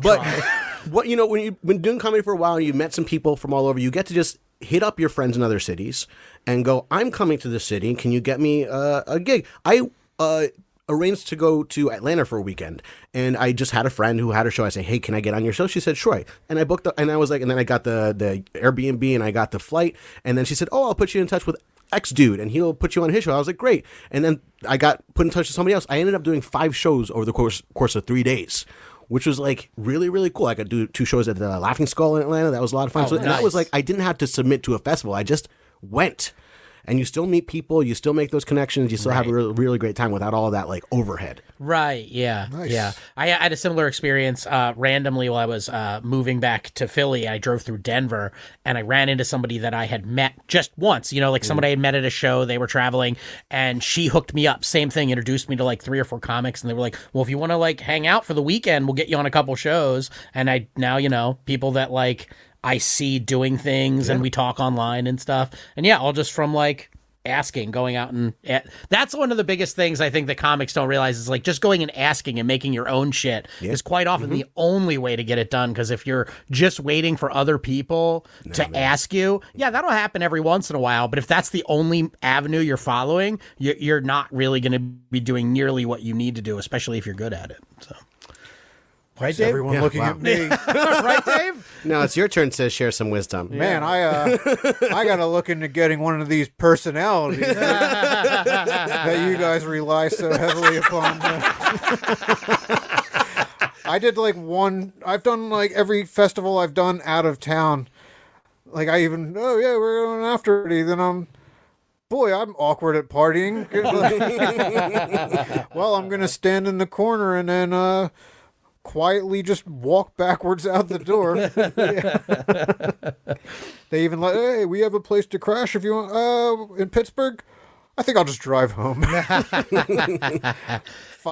Speaker 4: but what you know when you when doing comedy for a while, you met some people from all over. You get to just hit up your friends in other cities and go. I'm coming to the city. Can you get me uh, a gig? I. Uh, arranged to go to Atlanta for a weekend, and I just had a friend who had a show. I said, "Hey, can I get on your show?" She said, "Sure." And I booked, the, and I was like, and then I got the the Airbnb, and I got the flight, and then she said, "Oh, I'll put you in touch with X dude, and he'll put you on his show." I was like, "Great!" And then I got put in touch with somebody else. I ended up doing five shows over the course course of three days. Which was like really, really cool. I could do two shows at the Laughing Skull in Atlanta. That was a lot of fun. so and that was like I didn't have to submit to a festival. I just went and you still meet people, you still make those connections, you still have a really, really great time without all that like overhead.
Speaker 5: Right. Yeah. Yeah. I had a similar experience uh, randomly while I was uh, moving back to Philly. I drove through Denver and I ran into somebody that I had met just once, you know, like somebody I had met at a show. They were traveling and she hooked me up. Same thing, introduced me to like three or four comics. And they were like, well, if you want to like hang out for the weekend, we'll get you on a couple shows. And I now, you know, people that like I see doing things and we talk online and stuff. And yeah, all just from like, asking going out and a that's one of the biggest things i think the comics don't realize is like just going and asking and making your own shit is quite often the only way to get it done because if you're just waiting for other people to ask you yeah that'll happen every once in a while but if that's the only avenue you're following you- you're not really going to be doing nearly what you need to do especially if you're good at it so right
Speaker 2: Is everyone looking at me?
Speaker 5: right dave
Speaker 4: Now it's your turn to share some wisdom.
Speaker 2: Man, I uh, I gotta look into getting one of these personalities that, that you guys rely so heavily upon. I did like one. I've done like every festival I've done out of town. Like I even oh yeah we're going after it. Then I'm boy I'm awkward at partying. well I'm gonna stand in the corner and then uh, quietly just walk backwards out the door. They even like, hey, we have a place to crash if you want. Uh, in Pittsburgh, I think I'll just drive home. five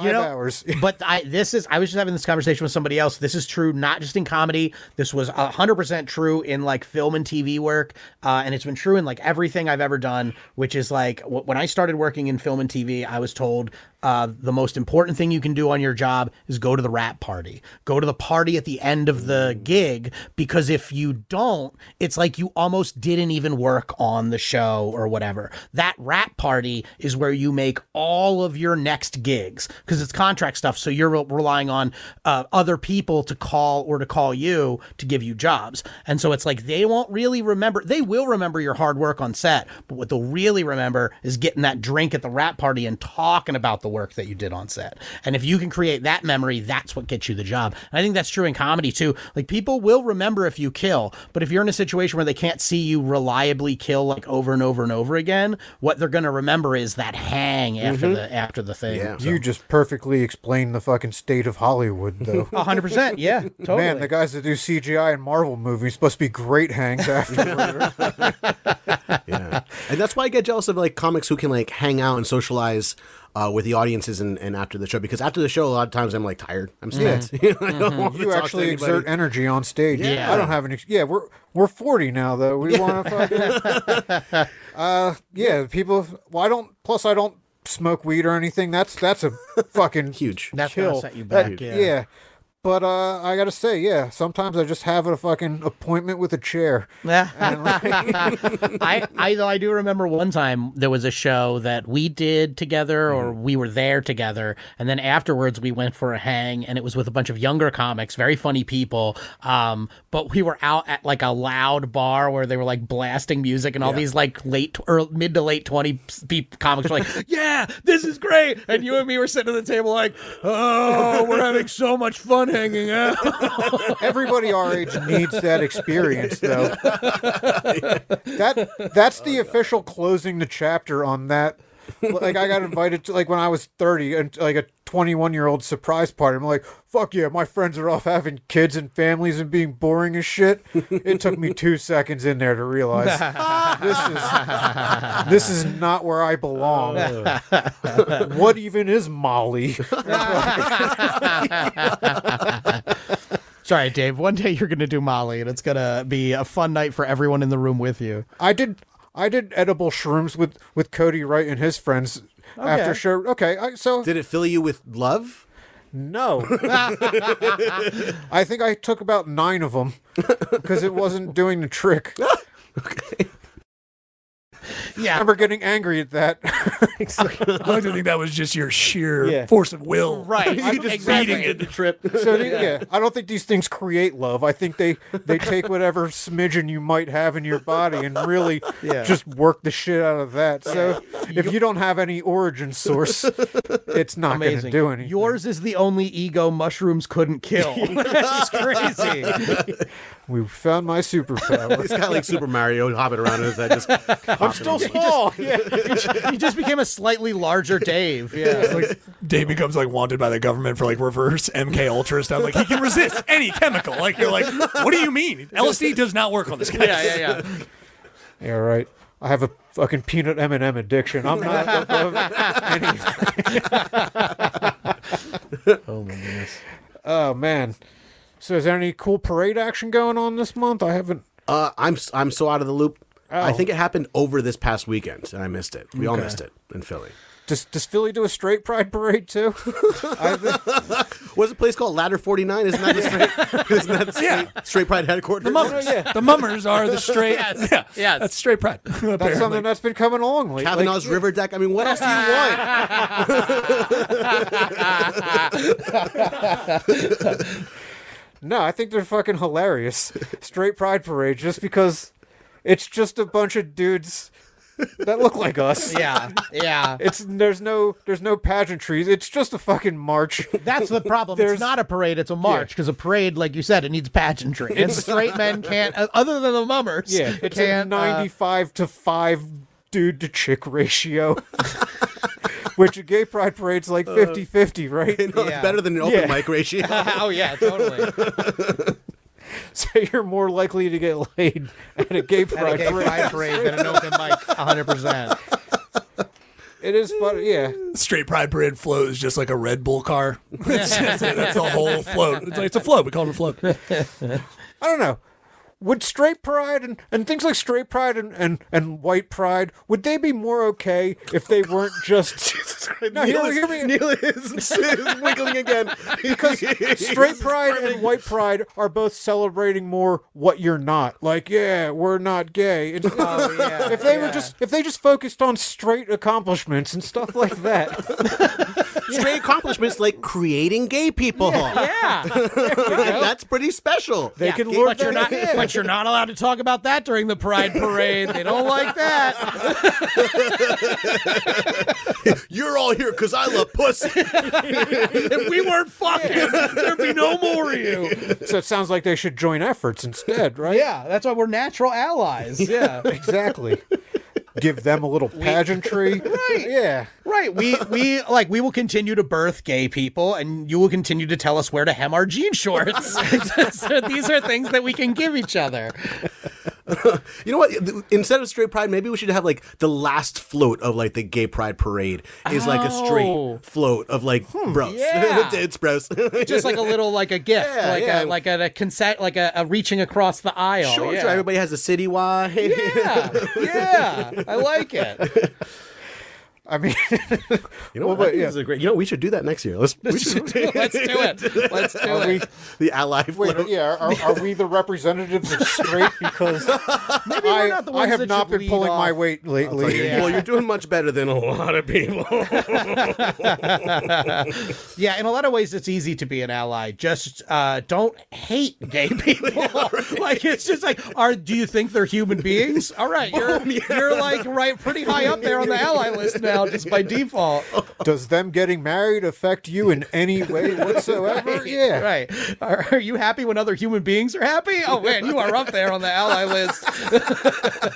Speaker 5: you know,
Speaker 2: hours.
Speaker 5: but I this is I was just having this conversation with somebody else. This is true not just in comedy. This was hundred percent true in like film and TV work, uh, and it's been true in like everything I've ever done. Which is like w- when I started working in film and TV, I was told uh, the most important thing you can do on your job is go to the rap party, go to the party at the end of the gig, because if you don't, it's like you almost didn't even work on the show or whatever. That rap party is where you make all of your next gigs because it's contract stuff. So you're re- relying on uh, other people to call or to call you to give you jobs. And so it's like they won't really remember, they will remember your hard work on set, but what they'll really remember is getting that drink at the rap party and talking about the work that you did on set. And if you can create that memory, that's what gets you the job. And I think that's true in comedy too. Like people will remember if you kill, but if you're in a situation where they can't see you reliably kill like over and over and over again, what they're going to remember is that hang after the after the thing.
Speaker 4: Yeah.
Speaker 2: You just perfectly explained the fucking state of Hollywood, though.
Speaker 5: A hundred percent. Yeah, totally.
Speaker 2: Man, the guys that do CGI and Marvel movies must be great hangs afterward.
Speaker 4: yeah. And that's why I get jealous of like comics who can like hang out and socialize uh, with the audiences and, and after the show because after the show a lot of times I'm like tired. I'm spent. You know, I don't wanna
Speaker 2: you
Speaker 4: talk to
Speaker 2: actually
Speaker 4: anybody.
Speaker 2: exert energy on stage.
Speaker 4: Yeah.
Speaker 2: I don't have an. Ex- yeah, we're we're forty now though. We want to fucking. Uh, yeah, people. Well, I don't. Plus, I don't smoke weed or anything. That's that's a fucking
Speaker 4: huge.
Speaker 5: That's gonna
Speaker 2: kill.
Speaker 5: set you back,
Speaker 2: That-
Speaker 5: yeah.
Speaker 2: But uh, I gotta say, yeah. Sometimes I just have a fucking appointment with a chair.
Speaker 5: Yeah. I, I though I do remember one time there was a show that we did together or we were there together and then afterwards we went for a hang and it was with a bunch of younger comics, very funny people. Um, but we were out at like a loud bar where they were like blasting music and all these like late tw- or mid to late 20 people, comics were like, "Yeah, this is great." And you and me were sitting at the table like, "Oh, we're having so much fun hanging out."
Speaker 2: Everybody our age needs that experience, though. that that's the official closing the chapter on that. Like I got invited to like when I was thirty and like a twenty one year old surprise party. I'm like, fuck yeah, my friends are off having kids and families and being boring as shit. It took me two seconds in there to realize this is this is not where I belong. what even is Molly?
Speaker 5: Sorry, Dave. One day you're going to do Molly, and it's going to be a fun night for everyone in the room with you.
Speaker 2: I did I did edible shrooms with with Cody Wright and his friends after show. Okay, I, so
Speaker 4: Did it fill you with love?
Speaker 2: no, I think I took about nine of them because it wasn't doing the trick. I
Speaker 5: Yeah.
Speaker 2: remember getting angry at that.
Speaker 6: I like to think that was just your sheer
Speaker 2: Yeah.
Speaker 6: force of will.
Speaker 5: Right.
Speaker 6: you just
Speaker 5: Exactly.
Speaker 6: reading it. Trip.
Speaker 2: So the- yeah. I don't think these things create love. I think they they take whatever smidgen you might have in your body and really just work the shit out of that. So if you don't have any origin source, it's not going to
Speaker 5: Amazing.
Speaker 2: do anything.
Speaker 5: Yours is the only ego mushrooms couldn't kill. That's crazy.
Speaker 2: we found my superpower.
Speaker 4: It's kind of like Super Mario hopping around in his head. Just I'm still small.
Speaker 5: Oh. you just became a slightly larger Dave. Yeah.
Speaker 6: Like, Dave becomes like wanted by the government for like reverse MK Ultra stuff. Like he can resist any chemical. Like you're like, what do you mean? LSD does not work on this guy.
Speaker 5: Yeah, yeah, yeah.
Speaker 2: Yeah, right. I have a fucking peanut M and M addiction. I'm not above anything. oh my goodness. Oh man. So is there any cool parade action going on this month? I haven't.
Speaker 4: Uh, I'm s- I'm so out of the loop. I
Speaker 2: Oh.
Speaker 4: think it happened over this past weekend, and I missed it. We all missed it in Philly.
Speaker 2: Does Does Philly do a straight pride parade too? I think,
Speaker 4: What's a place called Ladder 49? Isn't that the straight, isn't that straight, straight Pride headquarters?
Speaker 6: The mummers, the mummers are the straight. yeah,
Speaker 5: yes.
Speaker 6: that's straight pride. apparently.
Speaker 2: that's something that's been coming along lately.
Speaker 4: Kavanaugh's River Deck. I mean, what else do you want?
Speaker 2: No, I think they're fucking hilarious. Straight pride parade, just because it's just a bunch of dudes that look like us.
Speaker 5: Yeah. Yeah.
Speaker 2: It's there's no there's no pageantry. It's just a fucking march.
Speaker 5: That's the problem.
Speaker 2: There's-
Speaker 5: it's not a parade, it's a march because a parade, like you said, it needs pageantry. And straight men can't, uh, other than the mummers,
Speaker 2: Yeah, it's a
Speaker 5: can't. uh,
Speaker 2: 95 to 5 dude to chick ratio. Which a gay pride parade's like 50 50, Uh, right?
Speaker 4: No, It's
Speaker 5: Yeah.
Speaker 4: better than an open
Speaker 2: Yeah.
Speaker 4: mic ratio.
Speaker 5: oh, yeah, totally.
Speaker 2: So you're more likely to get laid at a gay pride
Speaker 5: At a gay
Speaker 2: parade.
Speaker 5: pride parade than an open mic, 100%.
Speaker 2: it is fun. Yeah,
Speaker 6: Straight Pride Parade float is just like a Red Bull car. It's just- that's the whole float. It's, like, it's a float. We call it a float.
Speaker 2: I don't know. Would straight pride and, and things like straight pride and, and, and white pride would they be more okay if they weren't just no, you don't hear me
Speaker 4: Neil is, is wiggling again
Speaker 2: because straight pride and white pride are both celebrating more what you're not like yeah we're not gay It's-
Speaker 5: Oh,
Speaker 2: if they were just if they just focused on straight accomplishments and stuff like that
Speaker 4: straight accomplishments like creating gay people.
Speaker 5: Yeah,
Speaker 4: That's pretty special.
Speaker 2: they could lure
Speaker 5: but you're
Speaker 2: them
Speaker 5: not.
Speaker 2: in.
Speaker 5: But you're not allowed to talk about that during the Pride Parade. They don't like that.
Speaker 4: You're all here because I love pussy.
Speaker 5: If we weren't fucking, there'd be no more of you.
Speaker 2: so it sounds like they should join efforts instead right
Speaker 5: Yeah, that's why we're natural allies. Yeah.
Speaker 2: exactly give them a little pageantry yeah
Speaker 5: Right. We we like we will continue to birth gay people and you will continue to tell us where to hem our jean shorts. so these are things that we can give each other.
Speaker 4: You know what? Th- Instead of straight pride, maybe we should have like the last float of like the gay pride parade is like a
Speaker 5: Oh.
Speaker 4: straight float of like bros.
Speaker 5: yeah.
Speaker 4: it's bros.
Speaker 5: Just like a little like a gift,
Speaker 4: Yeah,
Speaker 5: like
Speaker 4: yeah.
Speaker 5: a like a, a consent like a, a reaching across the aisle.
Speaker 4: Sure,
Speaker 5: yeah.
Speaker 4: sure. Everybody has a citywide.
Speaker 5: yeah. Yeah. I like it.
Speaker 2: I mean,
Speaker 4: You know
Speaker 2: Well, but,
Speaker 4: what? I think
Speaker 2: yeah.
Speaker 4: This is a great. You know, we should do that next year. Let's. We should,
Speaker 5: Let's do it. Let's do
Speaker 2: are
Speaker 5: it.
Speaker 2: we,
Speaker 4: the ally float.
Speaker 2: wait, yeah, are, are we the representatives of straight? Because
Speaker 5: Maybe
Speaker 2: I,
Speaker 5: we're not the
Speaker 2: I
Speaker 5: ones
Speaker 2: have
Speaker 5: that
Speaker 2: not
Speaker 5: should
Speaker 2: been
Speaker 5: lead
Speaker 2: pulling my
Speaker 5: off.
Speaker 2: weight
Speaker 4: Like,
Speaker 2: lately.
Speaker 4: Well, you're doing much better than a lot of people.
Speaker 5: Yeah, in a lot of ways, it's easy to be an ally. Just uh, don't hate gay people. Like it's just like, are do you think they're human beings? All right, you're you're like right pretty high up there on the ally list now, just by default.
Speaker 2: Does them getting married affect you in any way whatsoever? Yeah.
Speaker 5: Right. Are, are you happy when other human beings are happy? Oh man, you are up there on the ally list.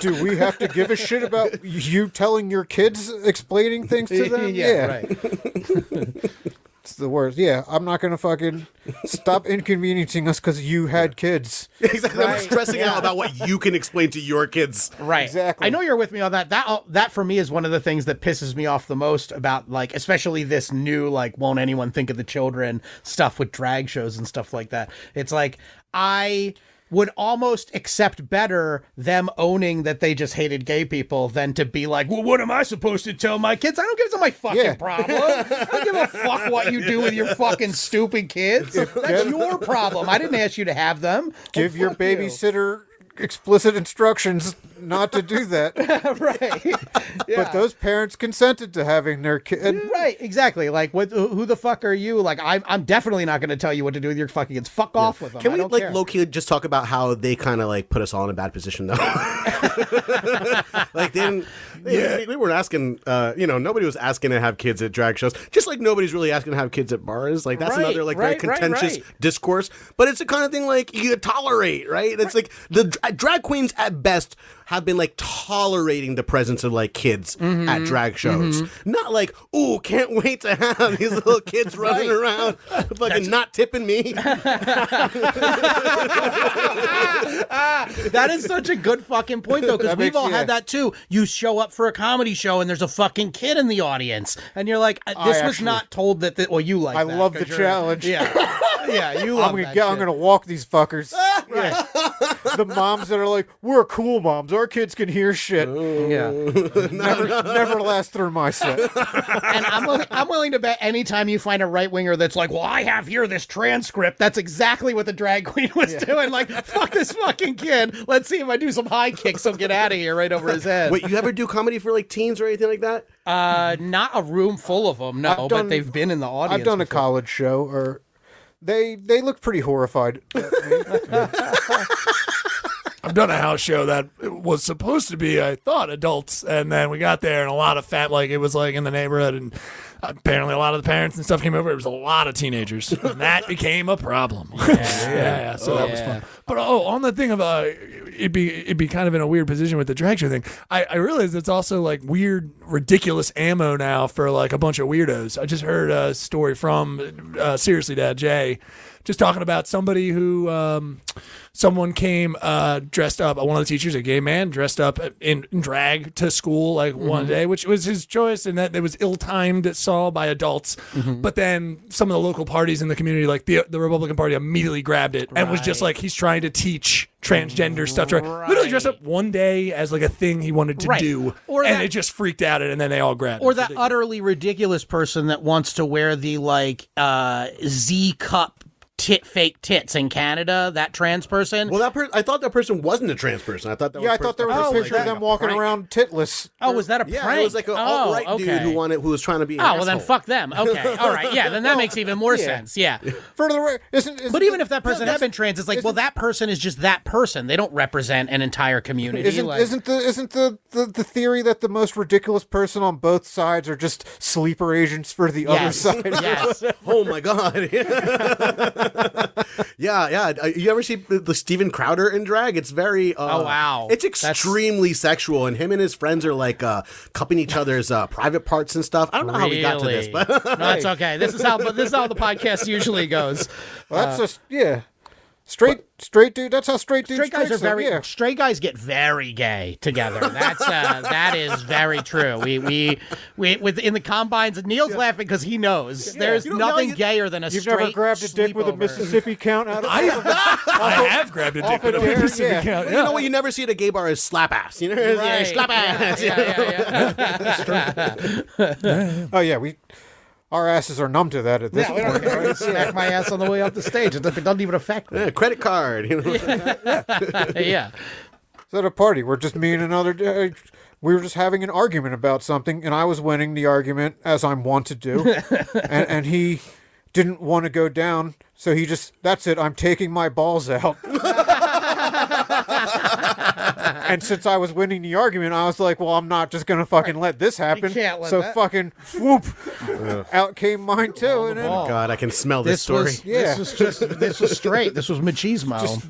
Speaker 2: Do we have to give a shit about you telling your kids, explaining things to them?
Speaker 5: right.
Speaker 2: It's the worst. Yeah, I'm not gonna fucking stop inconveniencing us because you had kids.
Speaker 4: exactly. I'm stressing out about what you can explain to your kids.
Speaker 5: Right.
Speaker 2: Exactly.
Speaker 5: I know you're with me on that. That that for me is one of the things that pisses me off the most about like especially this new like won't anyone think of the children stuff with drag shows and stuff like that. It's like I would almost accept better them owning that they just hated gay people than to be like, well, what am I supposed to tell my kids? I don't give them my fucking
Speaker 2: Yeah.
Speaker 5: problem. I don't give a fuck what you do with your fucking stupid kids. That's your problem. I didn't ask you to have them.
Speaker 2: Give your
Speaker 5: fuck you.
Speaker 2: babysitter explicit instructions not to do that.
Speaker 5: right. Yeah.
Speaker 2: But those parents consented to having their kid.
Speaker 5: Right, exactly. Like, what? Who who the fuck are you? Like, I'm, I'm definitely not going to tell you what to do with your fucking kids. Fuck off with them.
Speaker 4: Can
Speaker 5: I
Speaker 4: we
Speaker 5: don't
Speaker 4: like
Speaker 5: care.
Speaker 4: low key just talk about how they kind of like put us all in a bad position though? like they didn't. They, we, we weren't asking. Uh, you know, nobody was asking to have kids at drag shows. Just like nobody's really asking to have kids at bars. Like that's
Speaker 5: Right,
Speaker 4: another like
Speaker 5: right,
Speaker 4: very
Speaker 5: right,
Speaker 4: contentious
Speaker 5: right.
Speaker 4: discourse. But it's the kind of thing like you tolerate, right? It's like the dra- drag queens at best have been like tolerating the presence of like kids
Speaker 5: Mm-hmm.
Speaker 4: at drag shows. Not like, ooh, can't wait to have these little kids running around, fucking not tipping me.
Speaker 5: that is such a good fucking point though, because
Speaker 2: That
Speaker 5: we've
Speaker 2: makes-
Speaker 5: all
Speaker 2: yeah.
Speaker 5: had that too. You show up for a comedy show and there's a fucking kid in the audience, and you're like, uh, "This was
Speaker 2: actually-
Speaker 5: not told that." Th- well, you like.
Speaker 2: I
Speaker 5: that
Speaker 2: love the
Speaker 5: 'cause you're-
Speaker 2: challenge.
Speaker 5: Yeah, yeah, you love
Speaker 2: I'm gonna
Speaker 5: that
Speaker 2: get, I'm
Speaker 5: shit.
Speaker 2: gonna walk these fuckers. Yeah. the moms that are like, we're cool moms. Our kids can hear shit.
Speaker 5: Yeah.
Speaker 2: Never, never last through my set.
Speaker 5: and I'm willing, I'm willing to bet anytime you find a right winger that's like, well, I have here this transcript. That's exactly what the drag queen was doing. Like, fuck this fucking kid. Let's see if I do some high kicks. He'll get out of here right over his head.
Speaker 4: Wait, you ever do comedy for like teens or anything like that?
Speaker 5: uh, not a room full of them. No,
Speaker 2: I've done-
Speaker 5: but they've been in the audience.
Speaker 2: I've done a
Speaker 5: before.
Speaker 2: college show, or they they look pretty horrified.
Speaker 6: I've done a house show that was supposed to be, I thought, adults, and then we got there and a lot of fat, like it was like in the neighborhood, and apparently a lot of the parents and stuff came over. It was a lot of teenagers, and that became a problem. Yeah, yeah, so that was fun. But oh, on the thing of uh, it'd be it'd be kind of in a weird position with the drag show thing. I I realize it's also like weird, ridiculous ammo now for like a bunch of weirdos. I just heard a story from uh, seriously dad Jay just talking about somebody who um, someone came uh, dressed up. One of the teachers, a gay man, dressed up in, in drag to school like
Speaker 5: Mm-hmm.
Speaker 6: one day, which was his choice, and that it was ill timed. It saw by adults,
Speaker 5: Mm-hmm.
Speaker 6: but then some of the local parties in the community, like the the Republican Party, immediately grabbed it and was just like he's trying to teach transgender stuff. Try- Literally dressed up one day as like a thing he wanted to
Speaker 5: Right.
Speaker 6: do,
Speaker 5: Or
Speaker 6: and
Speaker 5: that-
Speaker 6: it just freaked out it, and then they all grabbed
Speaker 5: or
Speaker 6: it.
Speaker 5: that utterly ridiculous person that wants to wear the like uh Z cup tit fake tits in Canada. That trans person.
Speaker 4: Well, that per- I thought that person wasn't a trans person. I thought that
Speaker 2: Yeah, I
Speaker 4: was
Speaker 2: thought
Speaker 4: per-
Speaker 2: there was a
Speaker 4: person,
Speaker 2: picture
Speaker 4: like,
Speaker 2: of them
Speaker 4: a
Speaker 2: walking
Speaker 4: prank.
Speaker 2: around titless.
Speaker 5: oh, was that a
Speaker 4: Yeah,
Speaker 5: prank?
Speaker 4: it was like an
Speaker 5: oh,
Speaker 4: alt right
Speaker 5: okay.
Speaker 4: dude who wanted who was trying to be. An
Speaker 5: Oh well, then
Speaker 4: asshole.
Speaker 5: fuck them. Okay, all right, yeah. Then that makes even more sense. Yeah,
Speaker 2: Further away, isn't, isn't
Speaker 5: but even if that
Speaker 2: no,
Speaker 5: person
Speaker 2: that's-
Speaker 5: has been trans, it's like, well, that person is just that person. They don't represent an entire community.
Speaker 2: Isn't
Speaker 5: like,
Speaker 2: isn't the isn't the, the the theory that the most ridiculous person on both sides are just sleeper agents for the other
Speaker 5: yes,
Speaker 2: side?
Speaker 5: yes.
Speaker 4: Oh my god. yeah, yeah. Uh, You ever see the the Steven Crowder in drag? It's very. Uh,
Speaker 5: Oh, wow.
Speaker 4: It's
Speaker 5: That's-
Speaker 4: extremely sexual, and him and his friends are like uh, cupping each other's uh, private parts and stuff. I don't know how we got to this,
Speaker 5: Really?
Speaker 4: but
Speaker 5: no, that's okay. This is how but this is how the podcast usually goes.
Speaker 2: Well,
Speaker 5: Uh,
Speaker 2: that's just yeah. Straight straight dude. That's how straight dudes.
Speaker 5: Straight guys are
Speaker 2: fix them,
Speaker 5: very
Speaker 2: yeah.
Speaker 5: straight guys get very gay together. That's uh, that is very true. We we we with in the combines. and Neil's laughing because he knows there's
Speaker 4: You know, now
Speaker 5: nothing
Speaker 4: you-
Speaker 5: gayer than a
Speaker 2: You've
Speaker 5: straight
Speaker 2: never grabbed a dick with a
Speaker 5: sleepover.
Speaker 2: Mississippi count out of
Speaker 6: I, I have grabbed a dick
Speaker 2: Off
Speaker 6: with a
Speaker 2: of there,
Speaker 6: Mississippi
Speaker 2: yeah.
Speaker 6: count.
Speaker 4: you know what? You never see at a gay bar is slap ass. You know, It's, yeah,
Speaker 5: Right.
Speaker 4: slap ass.
Speaker 5: Yeah, yeah, yeah.
Speaker 2: Oh yeah, we our asses are numb to that at this
Speaker 3: Yeah, we
Speaker 2: point.
Speaker 3: don't care. I can Smack my ass on the way up the stage. It doesn't even affect me.
Speaker 4: Yeah, credit card. You know.
Speaker 5: yeah.
Speaker 2: It's at a party. We're just me and another. d- uh, We were just having an argument about something, and I was winning the argument as I'm wont to do, and, and he didn't want to go down, so he just that's it. I'm taking my balls out. and since I was winning the argument, I was like, well, I'm not just gonna fucking let this happen.
Speaker 3: can't let
Speaker 2: so
Speaker 3: that-
Speaker 2: fucking whoop, out came mine too, and then
Speaker 4: God, I can smell this,
Speaker 3: This
Speaker 4: story.
Speaker 3: was
Speaker 2: Yeah.
Speaker 3: this was just this was straight. This was machismo.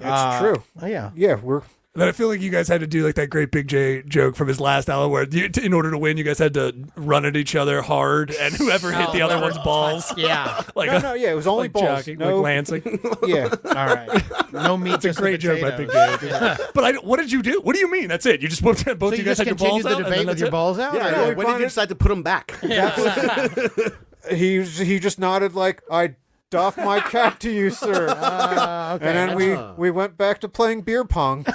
Speaker 2: it's true.
Speaker 3: oh, yeah.
Speaker 2: Yeah, we're
Speaker 6: That I feel like you guys had to do like that great Big J joke from his last hour, where you, t- in order to win, you guys had to run at each other hard, and whoever hit the other one's balls,
Speaker 5: Oh, Yeah.
Speaker 6: like
Speaker 2: no,
Speaker 6: a-
Speaker 2: no, yeah, it was only
Speaker 6: like
Speaker 2: balls.
Speaker 6: jockey,
Speaker 2: no,
Speaker 6: like lancing.
Speaker 2: yeah.
Speaker 3: All right. No meat. That's
Speaker 6: It's a great joke by Big J. But I, what did you do? What do you mean? That's it? You just both, both
Speaker 3: So you
Speaker 6: you guys
Speaker 3: just
Speaker 6: had your
Speaker 3: continue
Speaker 6: balls
Speaker 3: the
Speaker 6: out, and then
Speaker 3: debate with
Speaker 6: that's
Speaker 3: your
Speaker 6: it?
Speaker 3: balls out.
Speaker 4: Yeah,
Speaker 3: All
Speaker 4: yeah,
Speaker 3: right.
Speaker 4: when did you decide to put them back?
Speaker 2: he was- he just nodded like I doff my cap to you, sir. and then we
Speaker 4: Ah.
Speaker 2: we went back to playing beer pong.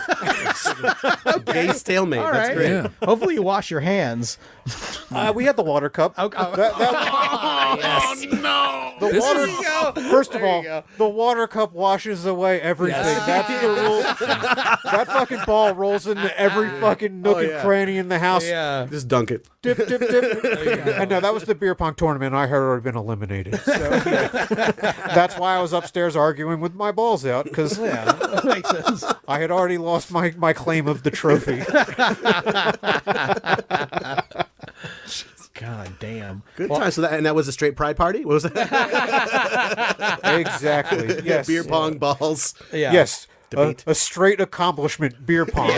Speaker 4: Gay stalemate.
Speaker 3: All
Speaker 4: That's
Speaker 3: right.
Speaker 4: great.
Speaker 3: Hopefully you wash your hands.
Speaker 2: Uh, we had the water cup. Okay. That, that,
Speaker 3: Oh,
Speaker 2: the water. First of all, the water cup washes away everything. That's the rule. that fucking ball rolls into every fucking nook
Speaker 4: yeah.
Speaker 2: and cranny in the house.
Speaker 3: Yeah.
Speaker 4: Just dunk it.
Speaker 2: Dip, dip, dip. And no, that was the beer pong tournament. I had already been eliminated. So, That's why I was upstairs arguing with my balls out because
Speaker 3: Yeah. Makes sense.
Speaker 2: I had already lost my, my claim of the trophy.
Speaker 3: God damn.
Speaker 4: Good time. So that and that was a straight pride party. What was that?
Speaker 2: exactly. Yes.
Speaker 4: Beer pong balls.
Speaker 3: Yeah.
Speaker 2: Yes. A,
Speaker 4: Debate.
Speaker 2: a straight accomplishment, beer pong.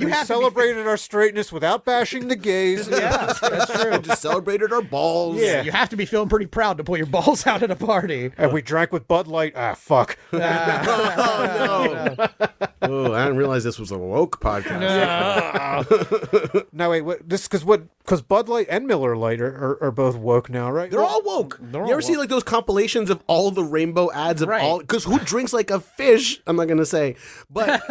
Speaker 2: we celebrated our straightness without bashing the gays.
Speaker 3: Yeah, that's true.
Speaker 4: Just celebrated our balls.
Speaker 2: Yeah.
Speaker 3: You have to be feeling pretty proud to pull your balls out at a party.
Speaker 2: And we drank with Bud Light. Ah, fuck.
Speaker 4: Oh no. oh, I didn't realize this was a woke podcast.
Speaker 2: No, wait. What, this because what? Because Bud Light and Miller Light are, are, are both woke now, right?
Speaker 4: They're all woke. you ever see like those compilations of all the rainbow ads of all? Because who drinks like a fish? I'm not gonna say, but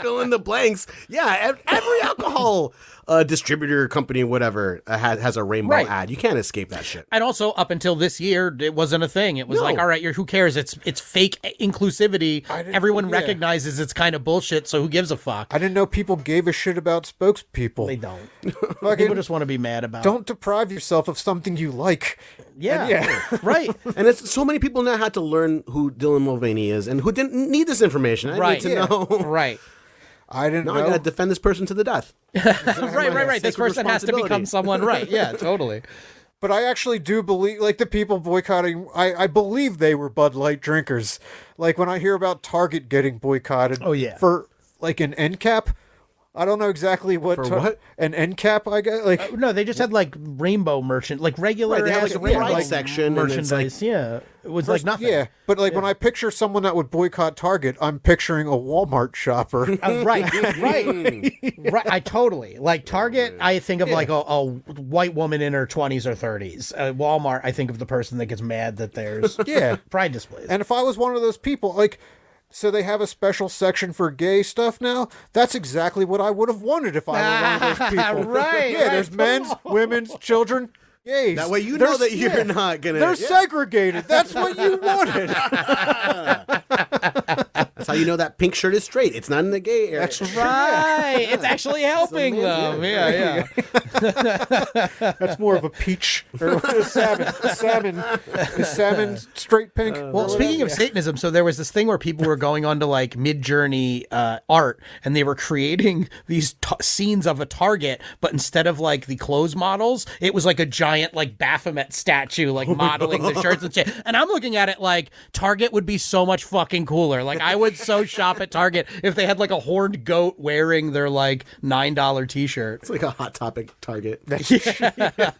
Speaker 4: fill in the blanks. Yeah, ev- every alcohol uh, distributor company, whatever, uh, has, has a rainbow
Speaker 5: Right.
Speaker 4: ad. You can't escape that shit.
Speaker 5: And also, up until this year, it wasn't a thing. It was
Speaker 4: No.
Speaker 5: like, all right, you're, who cares? It's it's fake inclusivity.
Speaker 2: didn't-
Speaker 5: Everyone
Speaker 2: yeah.
Speaker 5: recognizes it's kind of bullshit, so who gives a fuck?
Speaker 2: I didn't know people gave a shit about spokespeople.
Speaker 3: They don't.
Speaker 2: Fucking
Speaker 3: People just want to be mad about.
Speaker 2: don't deprive yourself of something you like.
Speaker 3: Yeah.
Speaker 2: yeah.
Speaker 3: Right.
Speaker 4: And it's so many people now had to learn who Dylan Mulvaney is and who didn't need this information. I
Speaker 5: Right.
Speaker 4: need to know.
Speaker 5: Right.
Speaker 2: I didn't
Speaker 4: Now I
Speaker 2: know.
Speaker 4: gotta defend this person to the death.
Speaker 5: right, right, right. This
Speaker 4: sacred
Speaker 5: person has to become
Speaker 4: responsibility.
Speaker 5: someone, right? Yeah, totally.
Speaker 2: but I actually do believe, like the people boycotting, I, I believe they were Bud Light drinkers. Like when I hear about Target getting boycotted, oh
Speaker 5: yeah.
Speaker 2: for like an end cap. I don't know exactly what for
Speaker 4: what?
Speaker 2: an end cap. I guess like
Speaker 5: No, they just had like rainbow merchant, like regular
Speaker 4: Right, they had,
Speaker 5: ass
Speaker 4: like, a
Speaker 5: rainbow
Speaker 4: price section, and it's,
Speaker 5: merchandise. yeah, it was like nothing.
Speaker 2: yeah, but like when I picture someone that would boycott Target, I'm picturing a Walmart shopper.
Speaker 5: Uh, right, right, right. I totally like Target. I think of like a, a white woman in her twenties or thirties. Uh, Walmart. I think of the person that gets mad that there's
Speaker 2: Yeah.
Speaker 5: pride displays.
Speaker 2: And if I was one of those people, like, so they have a special section for gay stuff now. That's exactly what I would have wanted if I were one of those people.
Speaker 5: Right,
Speaker 2: Yeah,
Speaker 5: right,
Speaker 2: there's
Speaker 5: come
Speaker 2: men's, women's, children, gays.
Speaker 4: That way you
Speaker 2: They're-
Speaker 4: know that you're
Speaker 2: yeah,
Speaker 4: not gonna.
Speaker 2: They're
Speaker 4: yeah.
Speaker 2: segregated. That's what you wanted.
Speaker 4: That's how you know that pink shirt is straight. It's not in the gay area.
Speaker 5: right, it's actually helping them. Yeah, yeah.
Speaker 2: That's more of a peach or a salmon. A salmon, a salmon straight pink.
Speaker 4: Uh,
Speaker 5: Well, speaking of Satanism, so there was this thing where people were going onto like Midjourney uh, art, and they were creating these t- scenes of a target, but instead of like the clothes models, it was like a giant like Baphomet statue, like modeling the shirts and shit. And I'm looking at it like Target would be so much fucking cooler. Like I would so shop at Target if they had like a horned goat wearing their like nine dollar T-shirt.
Speaker 4: It's like a hot topic target.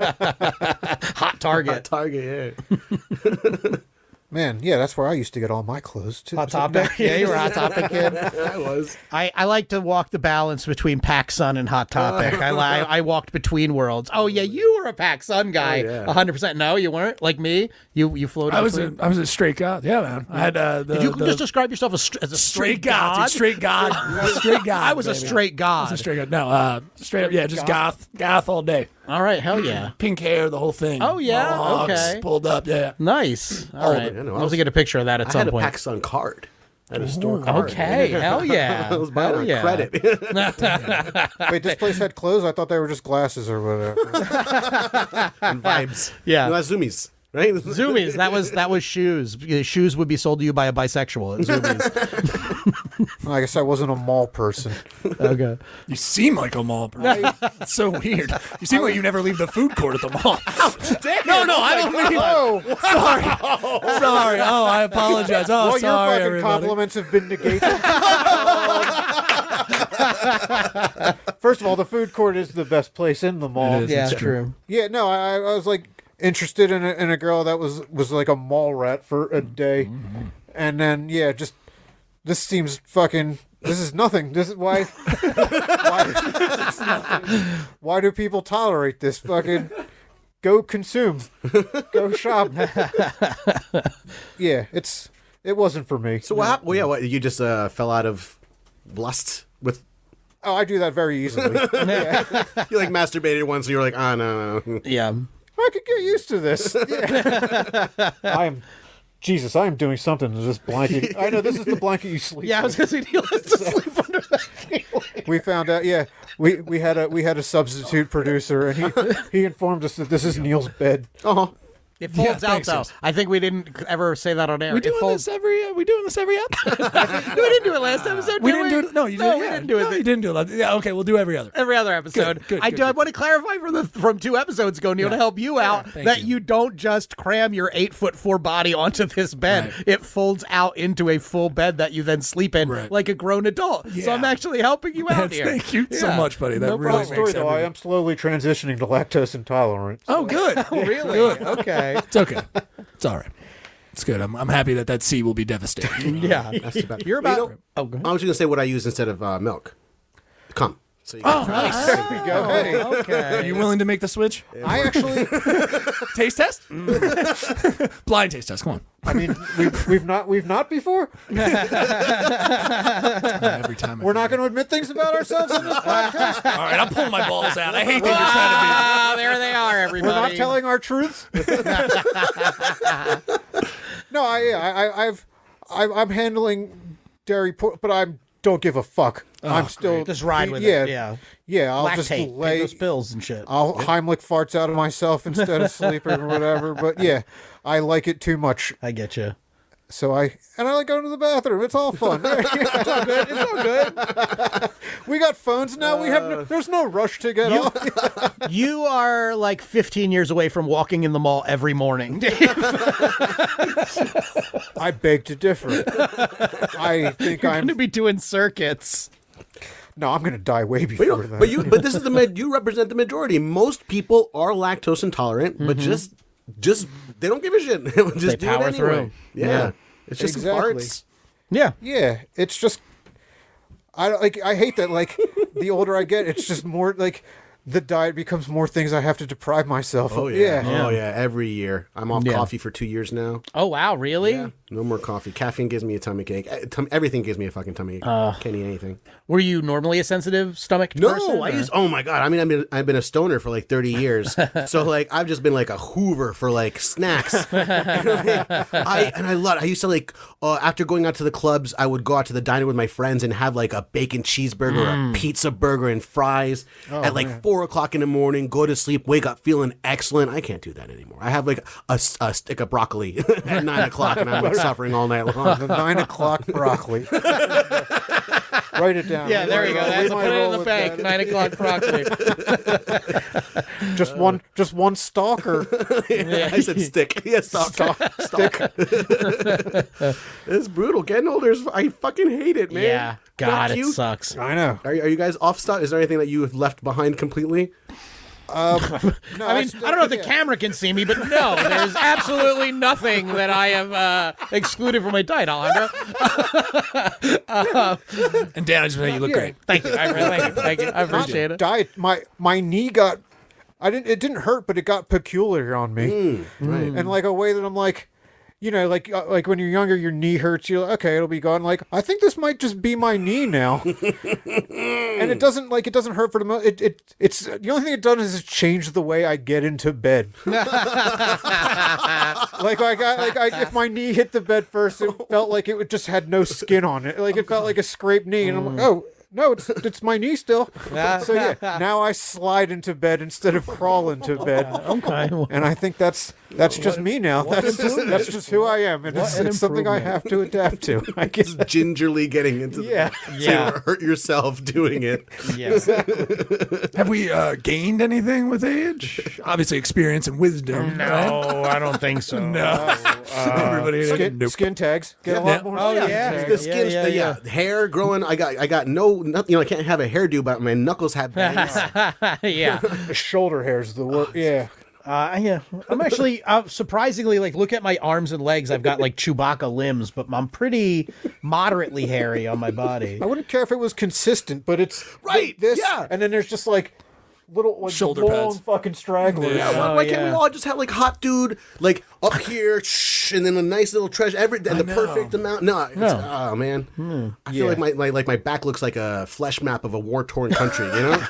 Speaker 5: Hot Target.
Speaker 4: target. Yeah.
Speaker 2: man, yeah, that's where I used to get all my clothes too.
Speaker 5: Hot topic. Yeah, you were a hot topic kid.
Speaker 4: I was.
Speaker 5: I, I like to walk the balance between Pac Sun and Hot Topic. I, I I walked between worlds. Oh yeah, you were a Pac Sun guy,
Speaker 4: Oh, yeah.
Speaker 5: hundred percent. No, you weren't like me. You you floated.
Speaker 6: I was a,
Speaker 5: between-
Speaker 6: I was a straight god. Yeah, man. I had uh, the,
Speaker 5: Did you
Speaker 6: the
Speaker 5: just describe yourself as, as a straight,
Speaker 6: straight god, dude, straight god, straight god.
Speaker 5: I was a
Speaker 6: baby.
Speaker 5: straight
Speaker 6: I was a
Speaker 5: god.
Speaker 6: straight god. No, uh, straight up. Yeah, just goth, goth all day.
Speaker 5: All right, hell yeah,
Speaker 6: Pink hair, the whole thing.
Speaker 5: Oh, yeah?
Speaker 6: Mohawks,
Speaker 5: Okay.
Speaker 6: Pulled up. Yeah.
Speaker 5: nice. All right,
Speaker 4: of it, I know.
Speaker 5: I'll
Speaker 4: I
Speaker 5: have
Speaker 4: was-
Speaker 5: to get a picture of that at
Speaker 4: I
Speaker 5: some
Speaker 4: had a
Speaker 5: point.
Speaker 4: PacSun card at a store card.
Speaker 5: Okay, hell yeah,
Speaker 4: I was buying
Speaker 5: hell
Speaker 4: on
Speaker 5: yeah.
Speaker 4: credit.
Speaker 2: Wait, this place had clothes. I thought they were just glasses or whatever.
Speaker 4: and vibes.
Speaker 5: Yeah.
Speaker 4: No, that's zoomies, right?
Speaker 5: Zoomies. That was that was shoes. Shoes would be sold to you by a bisexual at Zoomies.
Speaker 2: I guess I wasn't a mall person.
Speaker 5: okay.
Speaker 6: You seem like a mall person. it's so weird. You seem like you never leave the food court at the mall. no, no, I don't mean.
Speaker 2: Oh.
Speaker 6: Sorry. sorry. Oh, I apologize. Oh,
Speaker 2: All
Speaker 6: sorry,
Speaker 2: your fucking
Speaker 6: everybody.
Speaker 2: compliments have been negated. First of all, the food court is the best place in the mall.
Speaker 6: It is.
Speaker 5: Yeah,
Speaker 6: It's true.
Speaker 5: true.
Speaker 2: Yeah, no, I, I was like interested in a, in a girl that was was like a mall rat for a day, and then yeah, just this seems fucking. This is nothing. This is why. why, why do people tolerate this fucking? Go consume. Go shop. yeah, it's it wasn't for me.
Speaker 4: So what happened? Well, yeah, what, you just uh, fell out of lust with.
Speaker 2: Oh, I do that very easily.
Speaker 4: You like masturbated once, and you were like, ah, no, no, no.
Speaker 5: Yeah.
Speaker 2: I could get used to this. I'm Jesus, I am doing something to this blanket. I know this is the blanket you sleep.
Speaker 5: Yeah, I was gonna say Neil has to sleep under that.
Speaker 2: with. we found out. Yeah, we, we had a we had a substitute producer, and he he informed us that this is Neil's bed.
Speaker 4: Oh,
Speaker 5: It folds
Speaker 6: Yeah,
Speaker 5: out
Speaker 6: thanks,
Speaker 5: though.
Speaker 6: yes.
Speaker 5: I think we didn't ever say that on air.
Speaker 6: We
Speaker 5: it
Speaker 6: doing
Speaker 5: folds.
Speaker 6: this every? Uh, we doing this every episode?
Speaker 5: No, we didn't do it last episode.
Speaker 6: we
Speaker 5: did
Speaker 6: didn't do it. No, you
Speaker 5: no,
Speaker 6: did.
Speaker 5: we
Speaker 6: yeah.
Speaker 5: didn't do it.
Speaker 6: No, you didn't do it. last- Yeah. Okay, we'll do every other.
Speaker 5: Every other episode.
Speaker 6: good,
Speaker 5: I
Speaker 6: good,
Speaker 5: do. I
Speaker 6: good.
Speaker 5: want to clarify from the from two episodes ago, Neil, to help you out
Speaker 6: thank
Speaker 5: that you.
Speaker 6: you.
Speaker 5: don't just cram your eight foot four body onto this bed.
Speaker 6: Right.
Speaker 5: It folds out into a full bed that you then sleep in
Speaker 6: Right.
Speaker 5: like a grown adult. So
Speaker 6: Yeah.
Speaker 5: I'm actually helping you out
Speaker 6: That's-
Speaker 5: here.
Speaker 6: thank you so
Speaker 5: Yeah.
Speaker 6: much, buddy. That
Speaker 5: No
Speaker 6: really
Speaker 2: Long
Speaker 5: problem.
Speaker 6: makes
Speaker 2: story though, I
Speaker 6: everything-
Speaker 2: am slowly transitioning to lactose intolerance.
Speaker 6: Oh, good.
Speaker 5: Really? Okay.
Speaker 6: It's okay. It's all right. It's good. I'm, I'm happy that that sea will be devastated.
Speaker 5: Yeah. You're about.
Speaker 4: You know-
Speaker 5: oh, go ahead.
Speaker 4: I was gonna say what I used instead of uh, milk. Come. So you
Speaker 6: oh, nice.
Speaker 2: There we go. Hey,
Speaker 6: Are you willing to make the switch?
Speaker 2: I actually,
Speaker 6: Taste test?
Speaker 5: Mm.
Speaker 6: Blind taste test. Come on.
Speaker 2: I mean, we've, we've not we've not before.
Speaker 6: Every time. I
Speaker 2: We're not going to admit things about ourselves in this podcast.
Speaker 6: All right, I'm pulling my balls out. I hate that you're trying to be.
Speaker 5: Ah, there they are, everybody.
Speaker 2: We're not telling our truths. no, I, I, I- I've, I, I'm handling dairy, por- but I'm don't give a fuck. I'm still
Speaker 5: Oh, Just ride with it,
Speaker 2: yeah,
Speaker 5: yeah.
Speaker 2: yeah. I'll
Speaker 5: Lactate.
Speaker 2: just
Speaker 5: Take
Speaker 2: lay.
Speaker 5: those pills and shit.
Speaker 2: I'll Heimlich farts out of myself instead of sleeping or whatever. But yeah, I like it too much.
Speaker 5: I get you.
Speaker 2: So I and I like going to the bathroom. It's all fun. it's all good. It's all good. we got phones now. we have.
Speaker 5: Uh.
Speaker 2: No, there's no rush to get off.
Speaker 5: You are like 15 years away from walking in the mall every morning. Dave.
Speaker 2: I beg to differ. I think
Speaker 5: You're going to
Speaker 2: I'm.
Speaker 5: be doing circuits.
Speaker 2: No, I'm going to die way
Speaker 4: But
Speaker 2: before
Speaker 4: you,
Speaker 2: that.
Speaker 4: but you, but this is the med. You represent the majority. Most people are lactose intolerant, but just, just they don't give a shit. just do it
Speaker 5: Mm-hmm. power
Speaker 4: anyway.
Speaker 5: through.
Speaker 4: Yeah.
Speaker 5: Yeah.
Speaker 4: it's just
Speaker 2: Exactly.
Speaker 4: farts.
Speaker 5: Yeah.
Speaker 2: Yeah, it's just I don't- like I hate that like the older I get, it's just more like the diet becomes more things I have to deprive myself
Speaker 4: Oh
Speaker 2: of.
Speaker 4: yeah. oh yeah. Every year, I'm off
Speaker 5: Yeah.
Speaker 4: coffee for two years now.
Speaker 5: Oh, wow. Really?
Speaker 4: No more coffee. Caffeine gives me a tummy ache. Eh, tum- everything gives me a fucking tummy ache.
Speaker 5: Uh.
Speaker 4: Can't eat anything.
Speaker 5: Were you normally a sensitive stomach
Speaker 4: No,
Speaker 5: person?
Speaker 4: I
Speaker 5: or-
Speaker 4: used. Oh my god! I mean, I've been I've been a stoner for like thirty years, so like I've just been like a Hoover for like snacks. and, like, I and I love. I used to like uh, after going out to the clubs, I would go out to the diner with my friends and have like a bacon cheeseburger, or
Speaker 5: Mm.
Speaker 4: a pizza burger, and fries
Speaker 5: Oh,
Speaker 4: at like four o'clock in the morning. Go to sleep, wake up feeling excellent. I can't do that anymore. I have like a, s- a stick of broccoli at nine o'clock, and I'm like suffering all night
Speaker 2: The
Speaker 4: long.
Speaker 2: nine o'clock broccoli. Write it down.
Speaker 5: Yeah, there you go.
Speaker 2: Leave
Speaker 5: That's
Speaker 2: my
Speaker 5: put it
Speaker 2: roll
Speaker 5: in the
Speaker 2: with
Speaker 5: bank.
Speaker 2: that.
Speaker 5: Nine o'clock broccoli.
Speaker 2: Just one just one stalker.
Speaker 4: I said stick. Yes, stop, stop, stick. it's brutal. Getting older is. I fucking hate it, man.
Speaker 5: yeah. God,
Speaker 4: Fuck
Speaker 5: it
Speaker 4: you.
Speaker 5: sucks.
Speaker 2: I know.
Speaker 4: Are, are you guys off stop? Is there anything that you have left behind completely?
Speaker 2: No,
Speaker 5: I mean, I don't know if the
Speaker 2: yeah.
Speaker 5: camera can see me, but no, there's absolutely nothing that I have uh, excluded from my diet, Alejandro.
Speaker 6: And Dan, I just think you look great.
Speaker 5: Thank you. I really thank you. Thank you. I
Speaker 2: Not
Speaker 5: appreciate it.
Speaker 2: diet. My my knee got I didn't it didn't hurt, but it got peculiar on me.
Speaker 4: Right.
Speaker 2: and like a way that I'm like, you know, like uh, like when you're younger, your knee hurts. You're like, okay, it'll be gone. Like I think this might just be my knee now, and it doesn't like it doesn't hurt for the moment. It, it it's the only thing it does is change the way I get into bed. like like I like I, if my knee hit the bed first, it felt like it would just had no skin on it. Like it felt like a scraped knee, and I'm like, oh. No, it's it's my knee still. so yeah, now I slide into bed instead of crawl into bed and I think that's that's just me now. That's just that's just who I am, and it's,
Speaker 1: an
Speaker 2: it's something I have to adapt to. I guess.
Speaker 4: Gingerly getting into
Speaker 2: Yeah.
Speaker 4: the, so you
Speaker 5: Yeah.
Speaker 4: don't hurt yourself doing it.
Speaker 6: Have we uh, gained anything with age? Obviously, experience and wisdom. right?
Speaker 5: No, uh, I don't think so.
Speaker 6: No. Everybody.
Speaker 2: Skin,
Speaker 6: nope.
Speaker 2: skin tags get a lot more.
Speaker 5: Oh,
Speaker 2: skin
Speaker 5: yeah.
Speaker 2: tags.
Speaker 4: The skin,
Speaker 5: yeah,
Speaker 4: yeah,
Speaker 5: yeah.
Speaker 4: hair growing. I got, I got no, nothing, you know, I can't have a hairdo, but my knuckles have bangs.
Speaker 5: yeah.
Speaker 2: The shoulder hairs the worst. yeah,
Speaker 5: Uh, yeah, I'm actually uh, surprisingly like look at my arms and legs. I've got like Chewbacca limbs, but I'm pretty moderately hairy on my body.
Speaker 2: I wouldn't care if it was consistent, but it's
Speaker 4: Right,
Speaker 2: This
Speaker 4: yeah.
Speaker 2: and then there's just like little like
Speaker 6: Shoulder
Speaker 2: long
Speaker 6: pads.
Speaker 2: fucking stragglers.
Speaker 4: Yeah, why,
Speaker 5: Oh,
Speaker 4: why can't we
Speaker 5: yeah.
Speaker 4: all just have like hot dude like up here, shh, and then a nice little treasure, every and the
Speaker 6: know.
Speaker 4: perfect amount? No, it's, oh man, I feel like my, my like my back looks like a flesh map of a war torn country. You know,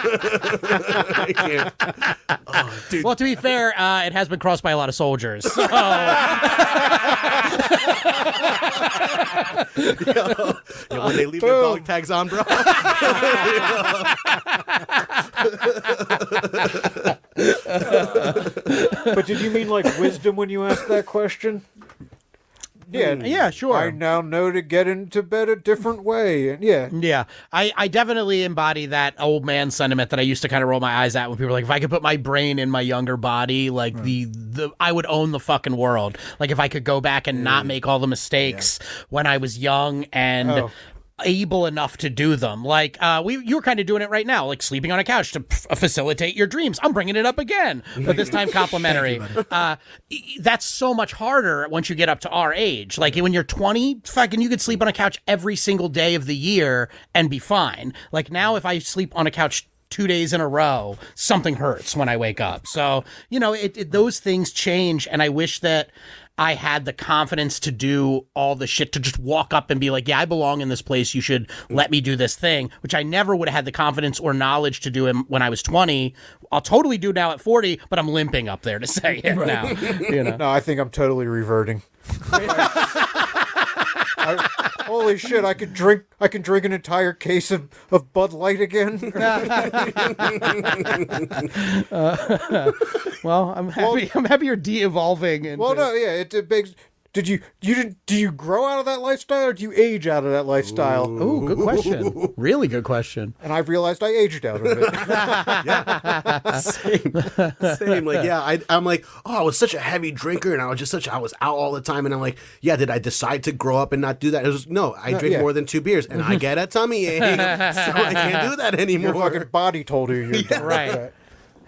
Speaker 4: I can't.
Speaker 5: Well, to be fair, uh, it has been crossed by a lot of soldiers. So,
Speaker 4: You know, when they leave their dog tags on, bro.
Speaker 2: But did you mean like wisdom when you asked that question? Yeah,
Speaker 5: yeah, sure.
Speaker 2: I now know to get into bed a different way, and yeah,
Speaker 5: Yeah, I, I definitely embody that old man sentiment that I used to kind of roll my eyes at when people were like, if I could put my brain in my younger body, like the, the I would own the fucking world. Like if I could go back and not make all the mistakes when I was young and. Able enough to do them, like uh, we you were kind of doing it right now, like sleeping on a couch to f- facilitate your dreams. I'm bringing it up again, but this time complimentary. uh, e- e- that's so much harder once you get up to our age. Like when you're 20, fucking, you could sleep on a couch every single day of the year and be fine. Like now, if I sleep on a couch two days in a row, something hurts when I wake up. So, you know, it, it, those things change. And I wish that I had the confidence to do all the shit to just walk up and be like, yeah, I belong in this place. You should let me do this thing, which I never would have had the confidence or knowledge to do in- when I was 20. I'll totally do now at 40, but I'm limping up there to say it now. You know?
Speaker 2: No, I think I'm totally reverting. I- holy shit! I could drink. I can drink an entire case of, of Bud Light again.
Speaker 5: Well, I'm happy. I'm happy you're de-evolving.
Speaker 2: well, no, yeah, it, it begs. Did you you did, do you grow out of that lifestyle or do you age out of that lifestyle?
Speaker 5: Ooh, good question. Really good question.
Speaker 2: And I realized I aged out of it.
Speaker 4: same, same. Like, yeah, I, I'm like, oh, I was such a heavy drinker, and I was just such, I was out all the time, and I'm like, yeah, did I decide to grow up and not do that? It was no, I drink
Speaker 2: yeah.
Speaker 4: more than two beers, and I get a tummy ache, so I can't do that
Speaker 2: Your
Speaker 4: anymore.
Speaker 2: fucking body told you you're done.
Speaker 5: Right.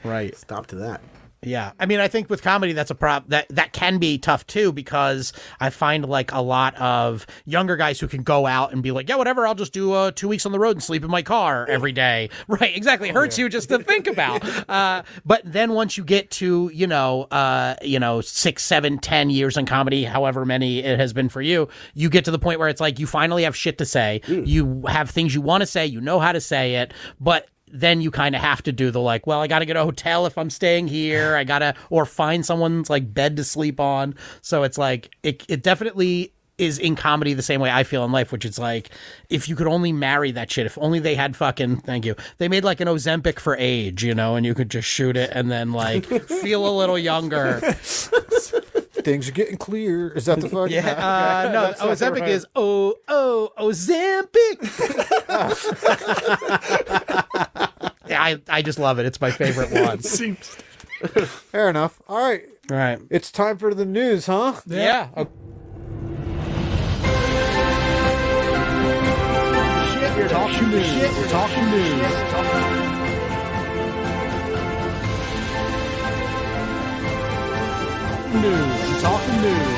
Speaker 5: Right.
Speaker 4: Stop to that.
Speaker 5: Yeah. I mean, I think with comedy that's a prop that that can be tough too because I find like a lot of younger guys who can go out and be like, "Yeah, whatever, I'll just do uh, 2 weeks on the road and sleep in my car every day." Right. Exactly. It hurts you just to think about. Uh, but then once you get to, you know, uh, you know, six, seven, ten years in comedy, however many it has been for you, you get to the point where it's like you finally have shit to say. You have things you want to say, you know how to say it, but then you kind of have to do the like, well, I got to get a hotel if I'm staying here. I got to, or find someone's like bed to sleep on. So it's like, it, it definitely is in comedy the same way I feel in life, which is like, if you could only marry that shit, if only they had fucking, thank you, they made like an Ozempic for age, you know, and you could just shoot it and then like feel a little younger.
Speaker 2: Things are getting clear. Is that the fuck?
Speaker 5: Yeah. Uh, no, Ozempic is oh oh Ozempic. yeah, I I just love it. It's my favorite one.
Speaker 6: Seems-
Speaker 2: Fair enough. All right.
Speaker 5: All right.
Speaker 2: It's time for the news, huh?
Speaker 5: Yeah. Oh,
Speaker 3: news. Talking news.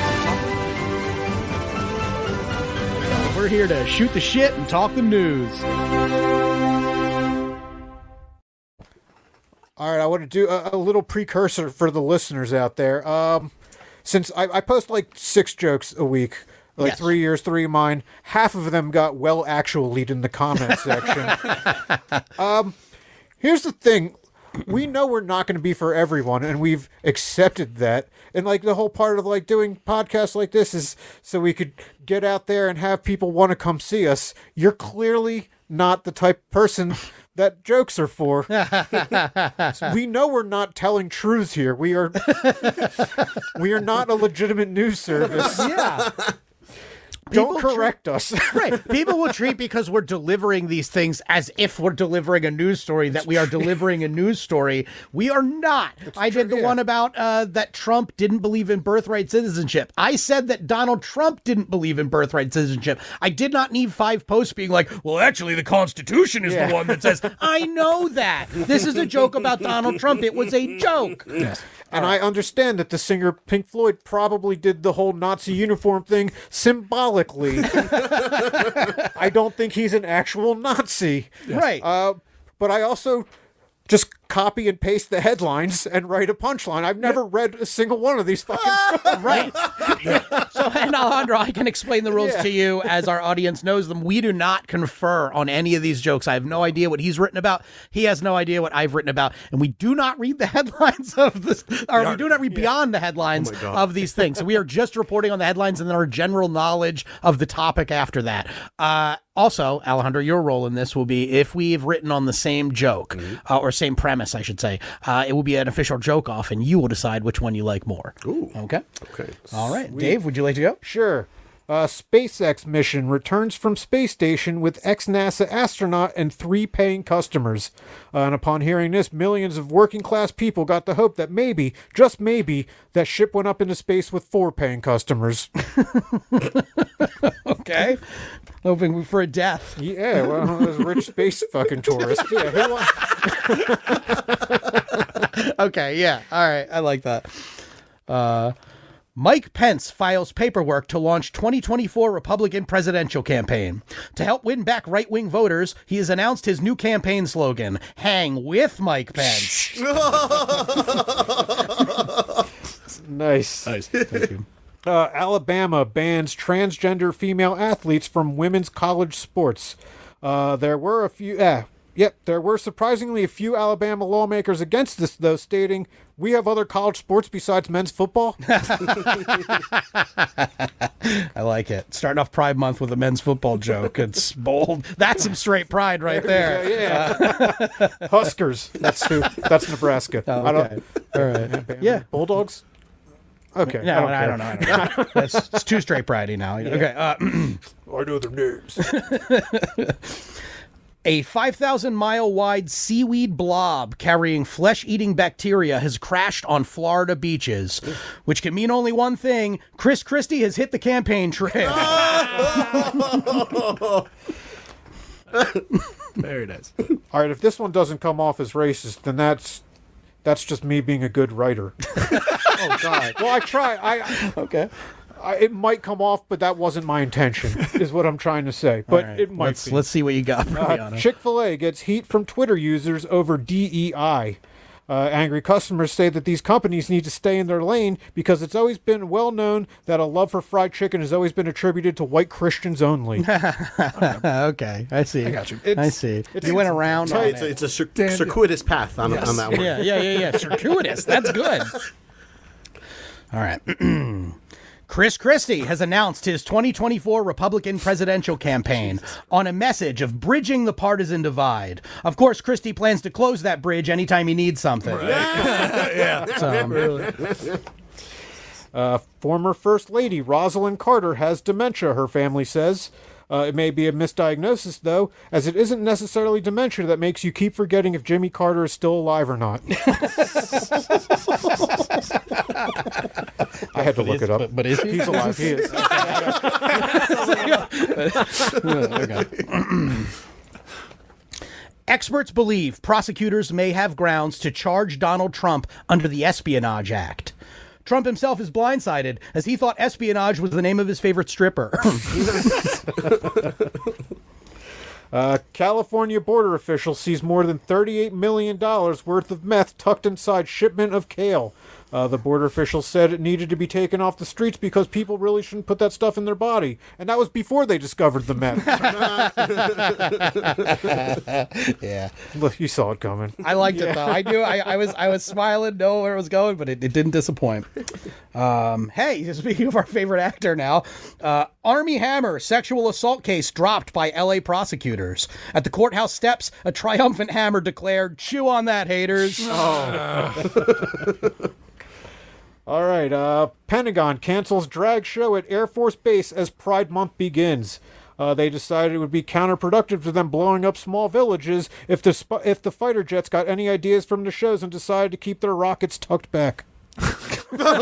Speaker 3: We're here to shoot the shit and talk the news.
Speaker 2: All right, I want to do a, a little precursor for the listeners out there. Um, since I, I post like six jokes a week, like
Speaker 5: Yes.
Speaker 2: three yours, three of mine, half of them got well actually in the comment section. um, here's the thing. We know we're not going to be for everyone, and we've accepted that. And like the whole part of like doing podcasts like this is so we could get out there and have people want to come see us. You're clearly not the type of person that jokes are for we know we're not telling truths here. We are we are not a legitimate news service.
Speaker 3: Yeah.
Speaker 2: Don't correct us.
Speaker 3: Right. People will treat because we're delivering these things as if we're delivering a news story that we are delivering a news story. We are not. I did the
Speaker 2: true, yeah.
Speaker 3: one about uh, that Trump didn't believe in birthright citizenship. I said that Donald Trump didn't believe in birthright citizenship. I did not need five posts being like, well, actually, the Constitution is the one that says, I know that. This is a joke about Donald Trump. It was a joke.
Speaker 2: and I understand that the singer Pink Floyd probably did the whole Nazi uniform thing symbolically. I don't think he's an actual Nazi.
Speaker 3: Right.
Speaker 2: Uh, but I also just copy and paste the headlines and write a punchline. I've never read a single one of these fucking stories.
Speaker 5: Right. so, and Alejandro, I can explain the rules to you as our audience knows them. We do not confer on any of these jokes. I have no idea what he's written about. He has no idea what I've written about. And we do not read the headlines of this, or we do not read beyond the headlines of these things. So we are just reporting on the headlines and then our general knowledge of the topic after that. Uh, also, Alejandro, your role in this will be if we've written on the same joke uh, or same premise, I should say, uh, it will be an official joke off, and you will decide which one you like more. Okay.
Speaker 4: Okay.
Speaker 5: All right, Dave, would you like to go?
Speaker 2: Sure. Uh, SpaceX mission returns from space station with ex NASA astronaut and three paying customers. Uh, and upon hearing this, millions of working class people got the hope that maybe, just maybe, that ship went up into space with four paying customers.
Speaker 5: Okay. Hoping for a death.
Speaker 2: yeah, well, those rich space fucking tourists. Yeah, who wa-
Speaker 5: Okay, yeah. All right, I like that. Uh, Mike Pence files paperwork to launch 2024 Republican presidential campaign. To help win back right wing voters, he has announced his new campaign slogan Hang with Mike Pence.
Speaker 2: nice.
Speaker 6: nice.
Speaker 2: Uh, Alabama bans transgender female athletes from women's college sports. Uh, there were a few. Uh, yep, there were surprisingly a few Alabama lawmakers against this, though, stating, "We have other college sports besides men's football."
Speaker 5: I like it. Starting off Pride Month with a men's football joke. It's bold. That's some straight pride right there.
Speaker 2: yeah, Huskers. That's who. That's Nebraska. I
Speaker 5: Okay.
Speaker 2: don't.
Speaker 5: All right.
Speaker 2: Yeah, Bulldogs. Okay.
Speaker 5: No, I don't, know. I don't know. That's, it's two straight Friday now. Okay. Uh,
Speaker 2: I know their names.
Speaker 5: A 5,000 mile wide seaweed blob carrying flesh eating bacteria has crashed on Florida beaches, which can mean only one thing Chris Christie has hit the campaign trail.
Speaker 6: Very nice.
Speaker 2: All right, if this one doesn't come off as racist, then that's that's just me being a good writer. oh God. Well, I try. I
Speaker 5: okay.
Speaker 2: I, it might come off, but that wasn't my intention, is what I'm trying to say. But it might
Speaker 5: Let's,
Speaker 2: be.
Speaker 5: let's see what you got, Brianna.
Speaker 2: Chick fil A gets heat from Twitter users over DEI. Uh, angry customers say that these companies need to stay in their lane because it's always been well known that a love for fried chicken has always been attributed to white Christians only.
Speaker 5: okay. I see. I
Speaker 6: got you.
Speaker 5: I
Speaker 2: It's-
Speaker 5: see.
Speaker 2: it's-
Speaker 5: You went around.
Speaker 4: So
Speaker 5: on
Speaker 4: it's, a,
Speaker 5: it.
Speaker 4: it's a cir- circuitous path on, on that one.
Speaker 5: Yeah, yeah, yeah, yeah. Circuitous. That's good. All right. Chris Christie has announced his 2024 Republican presidential campaign on a message of bridging the partisan divide. Of course, Christie plans to close that bridge anytime he needs something.
Speaker 6: yeah.
Speaker 2: Former First Lady Rosalind Carter has dementia, her family says. Uh, it may be a misdiagnosis, though, as it isn't necessarily dementia that makes you keep forgetting if Jimmy Carter is still alive or not. I had to look it up.
Speaker 5: but, but is he?
Speaker 2: He's alive. He is.
Speaker 5: Experts believe prosecutors may have grounds to charge Donald Trump under the Espionage Act. Trump himself is blindsided as he thought espionage was the name of his favorite stripper.
Speaker 2: A Uh, California border official sees more than $38 million worth of meth tucked inside shipment of kale. Uh, the border official said it needed to be taken off the streets because people really shouldn't put that stuff in their body. And that was before they discovered the meth.
Speaker 5: yeah.
Speaker 2: Look, you saw it coming.
Speaker 5: I liked it though. I knew I, I was I was smiling, know where it was going, but it, it didn't disappoint. Um, hey, speaking of our favorite actor now, uh, Army Hammer sexual assault case dropped by L.A. prosecutors at the courthouse steps. A triumphant Hammer declared, "Chew on that, haters."
Speaker 2: All right, uh, Pentagon cancels drag show at Air Force Base as Pride Month begins. Uh, they decided it would be counterproductive to them blowing up small villages if the sp- if the fighter jets got any ideas from the shows and decided to keep their rockets tucked back.
Speaker 5: Yeah,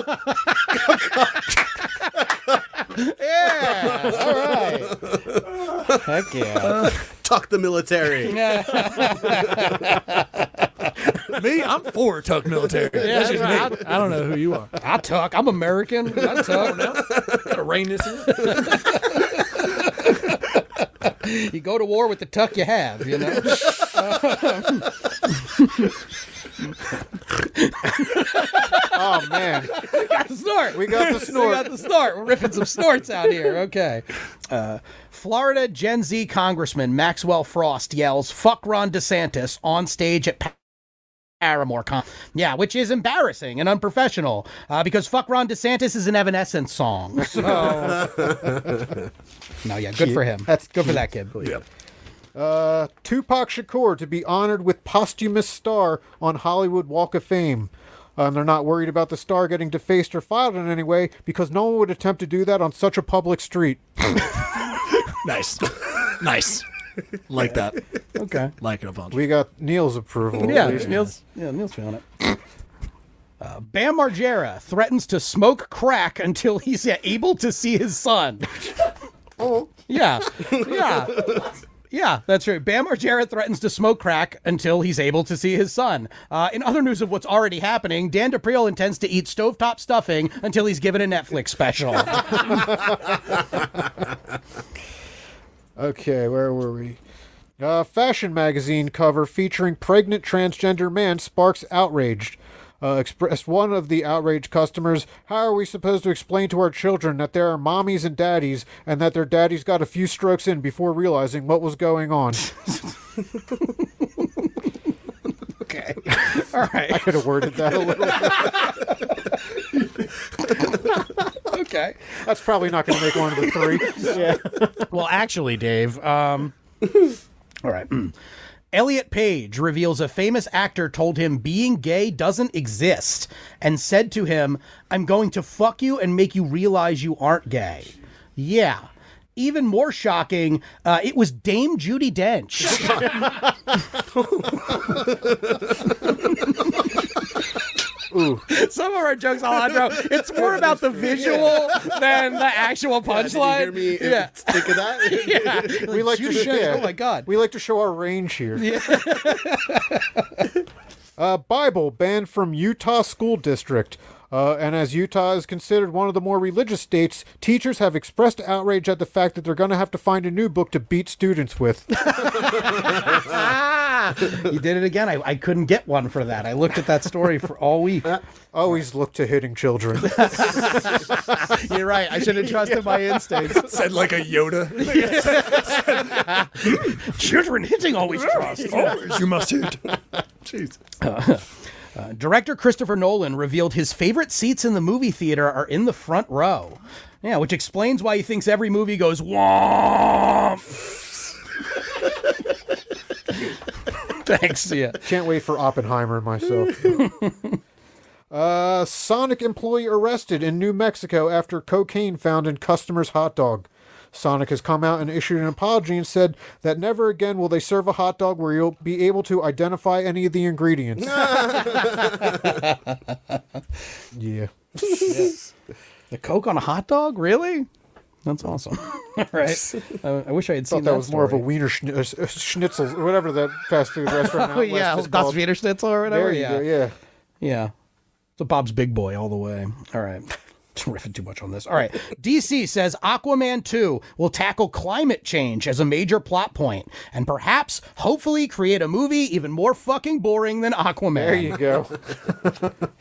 Speaker 5: all right. Heck yeah.
Speaker 4: Tuck the military.
Speaker 6: Me, I'm for Tuck military. That's just me. I don't know who you are.
Speaker 5: I tuck. I'm American. I tuck.
Speaker 6: Gotta rein this in.
Speaker 5: You go to war with the tuck you have, you know.
Speaker 2: Oh man,
Speaker 5: got the snort.
Speaker 2: We got the
Speaker 5: We
Speaker 2: snort.
Speaker 5: got the snort. We're ripping some snorts out here. Okay. Uh, Florida Gen Z Congressman Maxwell Frost yells "Fuck Ron DeSantis" on stage at. Pa- Paramore Con. Yeah, which is embarrassing and unprofessional uh, because Fuck Ron DeSantis is an Evanescence song. So.
Speaker 2: Oh.
Speaker 5: no, yeah, good for him. That's good for that kid.
Speaker 2: uh, Tupac Shakur to be honored with posthumous star on Hollywood Walk of Fame. Um, they're not worried about the star getting defaced or filed in any way because no one would attempt to do that on such a public street.
Speaker 6: Nice. Nice. Like that.
Speaker 5: Okay.
Speaker 6: Like it a bunch.
Speaker 2: We got Neil's approval. at
Speaker 5: Yeah,
Speaker 2: least.
Speaker 5: Neil's, yeah, Neil's feeling it. Uh, Bam Margera threatens to smoke crack until he's able to see his son. yeah, yeah, yeah, that's right. Bam Margera threatens to smoke crack until he's able to see his son. Uh, in other news of what's already happening, Dan DePriel intends to eat stovetop stuffing until he's given a Netflix special.
Speaker 2: Okay, where were we? Uh, fashion magazine cover featuring pregnant transgender man sparks outraged. Uh, expressed one of the outraged customers, How are we supposed to explain to our children that there are mommies and daddies and that their daddies got a few strokes in before realizing what was going on?
Speaker 5: okay, all right.
Speaker 2: I could have worded that a little.
Speaker 5: Okay.
Speaker 2: That's probably not going to make one of the three.
Speaker 5: Well, actually, Dave. Um, all right. Elliot Page reveals a famous actor told him being gay doesn't exist and said to him, I'm going to fuck you and make you realize you aren't gay. Yeah. Even more shocking, uh, it was Dame Judy Dench. Some of our jokes, Alejandro, it's more about the visual than the actual punchline.
Speaker 4: Did you hear me
Speaker 5: Yeah.
Speaker 4: think of that?
Speaker 5: Yeah.
Speaker 2: We like to
Speaker 5: Judy
Speaker 2: show.
Speaker 5: Dench, Oh my god.
Speaker 2: We like to show our range here. uh, Bible banned from Utah school district. Uh, and as Utah is considered one of the more religious states, teachers have expressed outrage at the fact that they're going to have to find a new book to beat students with.
Speaker 5: you did it again. I, I couldn't get one for that. I looked at that story for all week.
Speaker 2: Always look to hitting children.
Speaker 5: You're right. I should have trusted my instincts.
Speaker 6: Said like a Yoda.
Speaker 5: Children hitting always trust.
Speaker 6: Always you must hit. Jeez.
Speaker 5: Director Christopher Nolan revealed his favorite seats in the movie theater are in the front row. Yeah, which explains why he thinks every movie goes womp. Thanks. Yeah.
Speaker 2: Can't wait for Oppenheimer and myself. uh, Sonic employee arrested in New Mexico after cocaine found in customer's hot dog. Sonic has come out and issued an apology and said that never again will they serve a hot dog where you'll be able to identify any of the ingredients. yeah.
Speaker 5: The Coke on a hot dog? Really? That's awesome. all right. Uh, I wish I had
Speaker 2: Thought
Speaker 5: seen
Speaker 2: that was more of a
Speaker 5: story.
Speaker 2: Wiener schn- uh, schnitzel, whatever that fast food restaurant.
Speaker 5: Oh
Speaker 2: out
Speaker 5: yeah,
Speaker 2: west is
Speaker 5: Das
Speaker 2: called.
Speaker 5: Wiener Schnitzel or whatever.
Speaker 2: There you
Speaker 5: yeah.
Speaker 2: go, yeah.
Speaker 5: Yeah. So Bob's big boy all the way. All right. Riffing too much on this. All right. DC says Aquaman 2 will tackle climate change as a major plot point and perhaps, hopefully, create a movie even more fucking boring than Aquaman.
Speaker 2: There you go.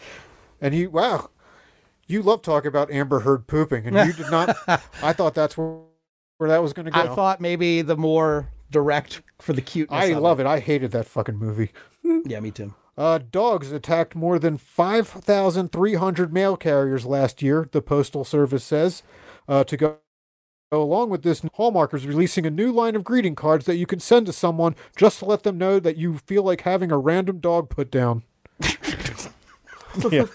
Speaker 2: and you, wow, you love talking about Amber Heard pooping, and you did not. I thought that's where, where that was going to go.
Speaker 5: I thought maybe the more direct for the cuteness.
Speaker 2: I
Speaker 5: of
Speaker 2: love it. I hated that fucking movie.
Speaker 5: it. Yeah, me too.
Speaker 2: Uh, dogs attacked more than 5,300 mail carriers last year, the Postal Service says. Uh, to go, go along with this, Hallmark is releasing a new line of greeting cards that you can send to someone just to let them know that you feel like having a random dog put down. yeah.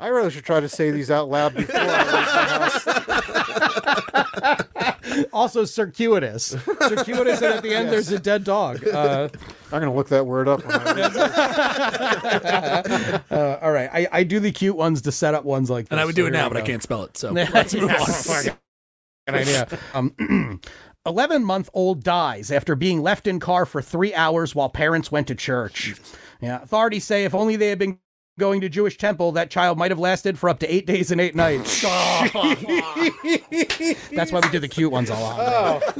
Speaker 2: I really should try to say these out loud before I leave the house.
Speaker 5: Also circuitous. Circuitous, and at the end, there's a dead dog. Uh,
Speaker 2: I'm going to look that word up. when I leave.
Speaker 5: uh, all right. I, I do the cute ones to set up ones like this.
Speaker 6: And I would do
Speaker 5: So
Speaker 6: it
Speaker 5: here
Speaker 6: now,
Speaker 5: we
Speaker 6: but I
Speaker 5: go.
Speaker 6: can't spell it. So let's move on.
Speaker 5: Good idea. Um, 11 month old dies after being left in car for three hours while parents went to church. Yeah. Authorities say if only they had been going to Jewish temple, that child might have lasted for up to eight days and eight nights. That's why we do the cute ones a lot. Oh.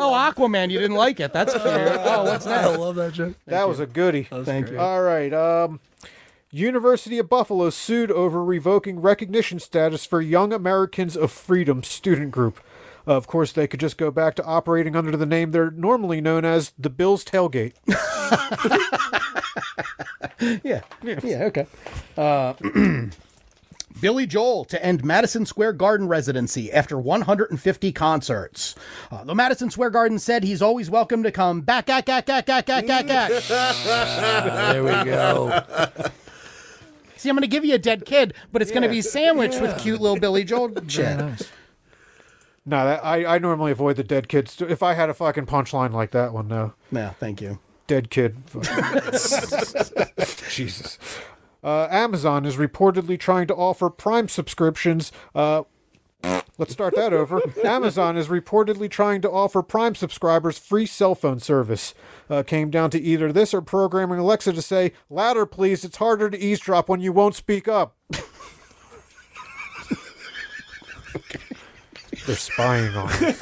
Speaker 5: oh, Aquaman, you didn't like it. That's fair. Oh, what's
Speaker 6: I
Speaker 5: that?
Speaker 6: love that joke.
Speaker 2: that was a goodie.
Speaker 5: Thank you.
Speaker 2: All right. Um, University of Buffalo sued over revoking recognition status for Young Americans of Freedom student group. Uh, Of course, they could just go back to operating under the name they're normally known as the Bills Tailgate.
Speaker 5: Yeah. Yeah, okay. Uh, Billy Joel to end Madison Square Garden residency after 150 concerts. Uh, the Madison Square Garden said he's always welcome to come back, back, back, back, back, back, back, back.
Speaker 6: Ah, There we go.
Speaker 5: See, I'm going to give you a dead kid, but it's going to be sandwiched with cute little Billy Joel shit.
Speaker 2: No, that, I, I normally avoid the dead kids. If I had a fucking punchline like that one, no.
Speaker 5: No, thank you.
Speaker 2: dead kid. Jesus. Uh, Amazon is reportedly trying to offer Prime subscriptions. Uh, let's start that over. Amazon is reportedly trying to offer Prime subscribers free cell phone service. Uh, came down to either this or programming Alexa to say, louder, please. It's harder to eavesdrop when you won't speak up. They're spying on me.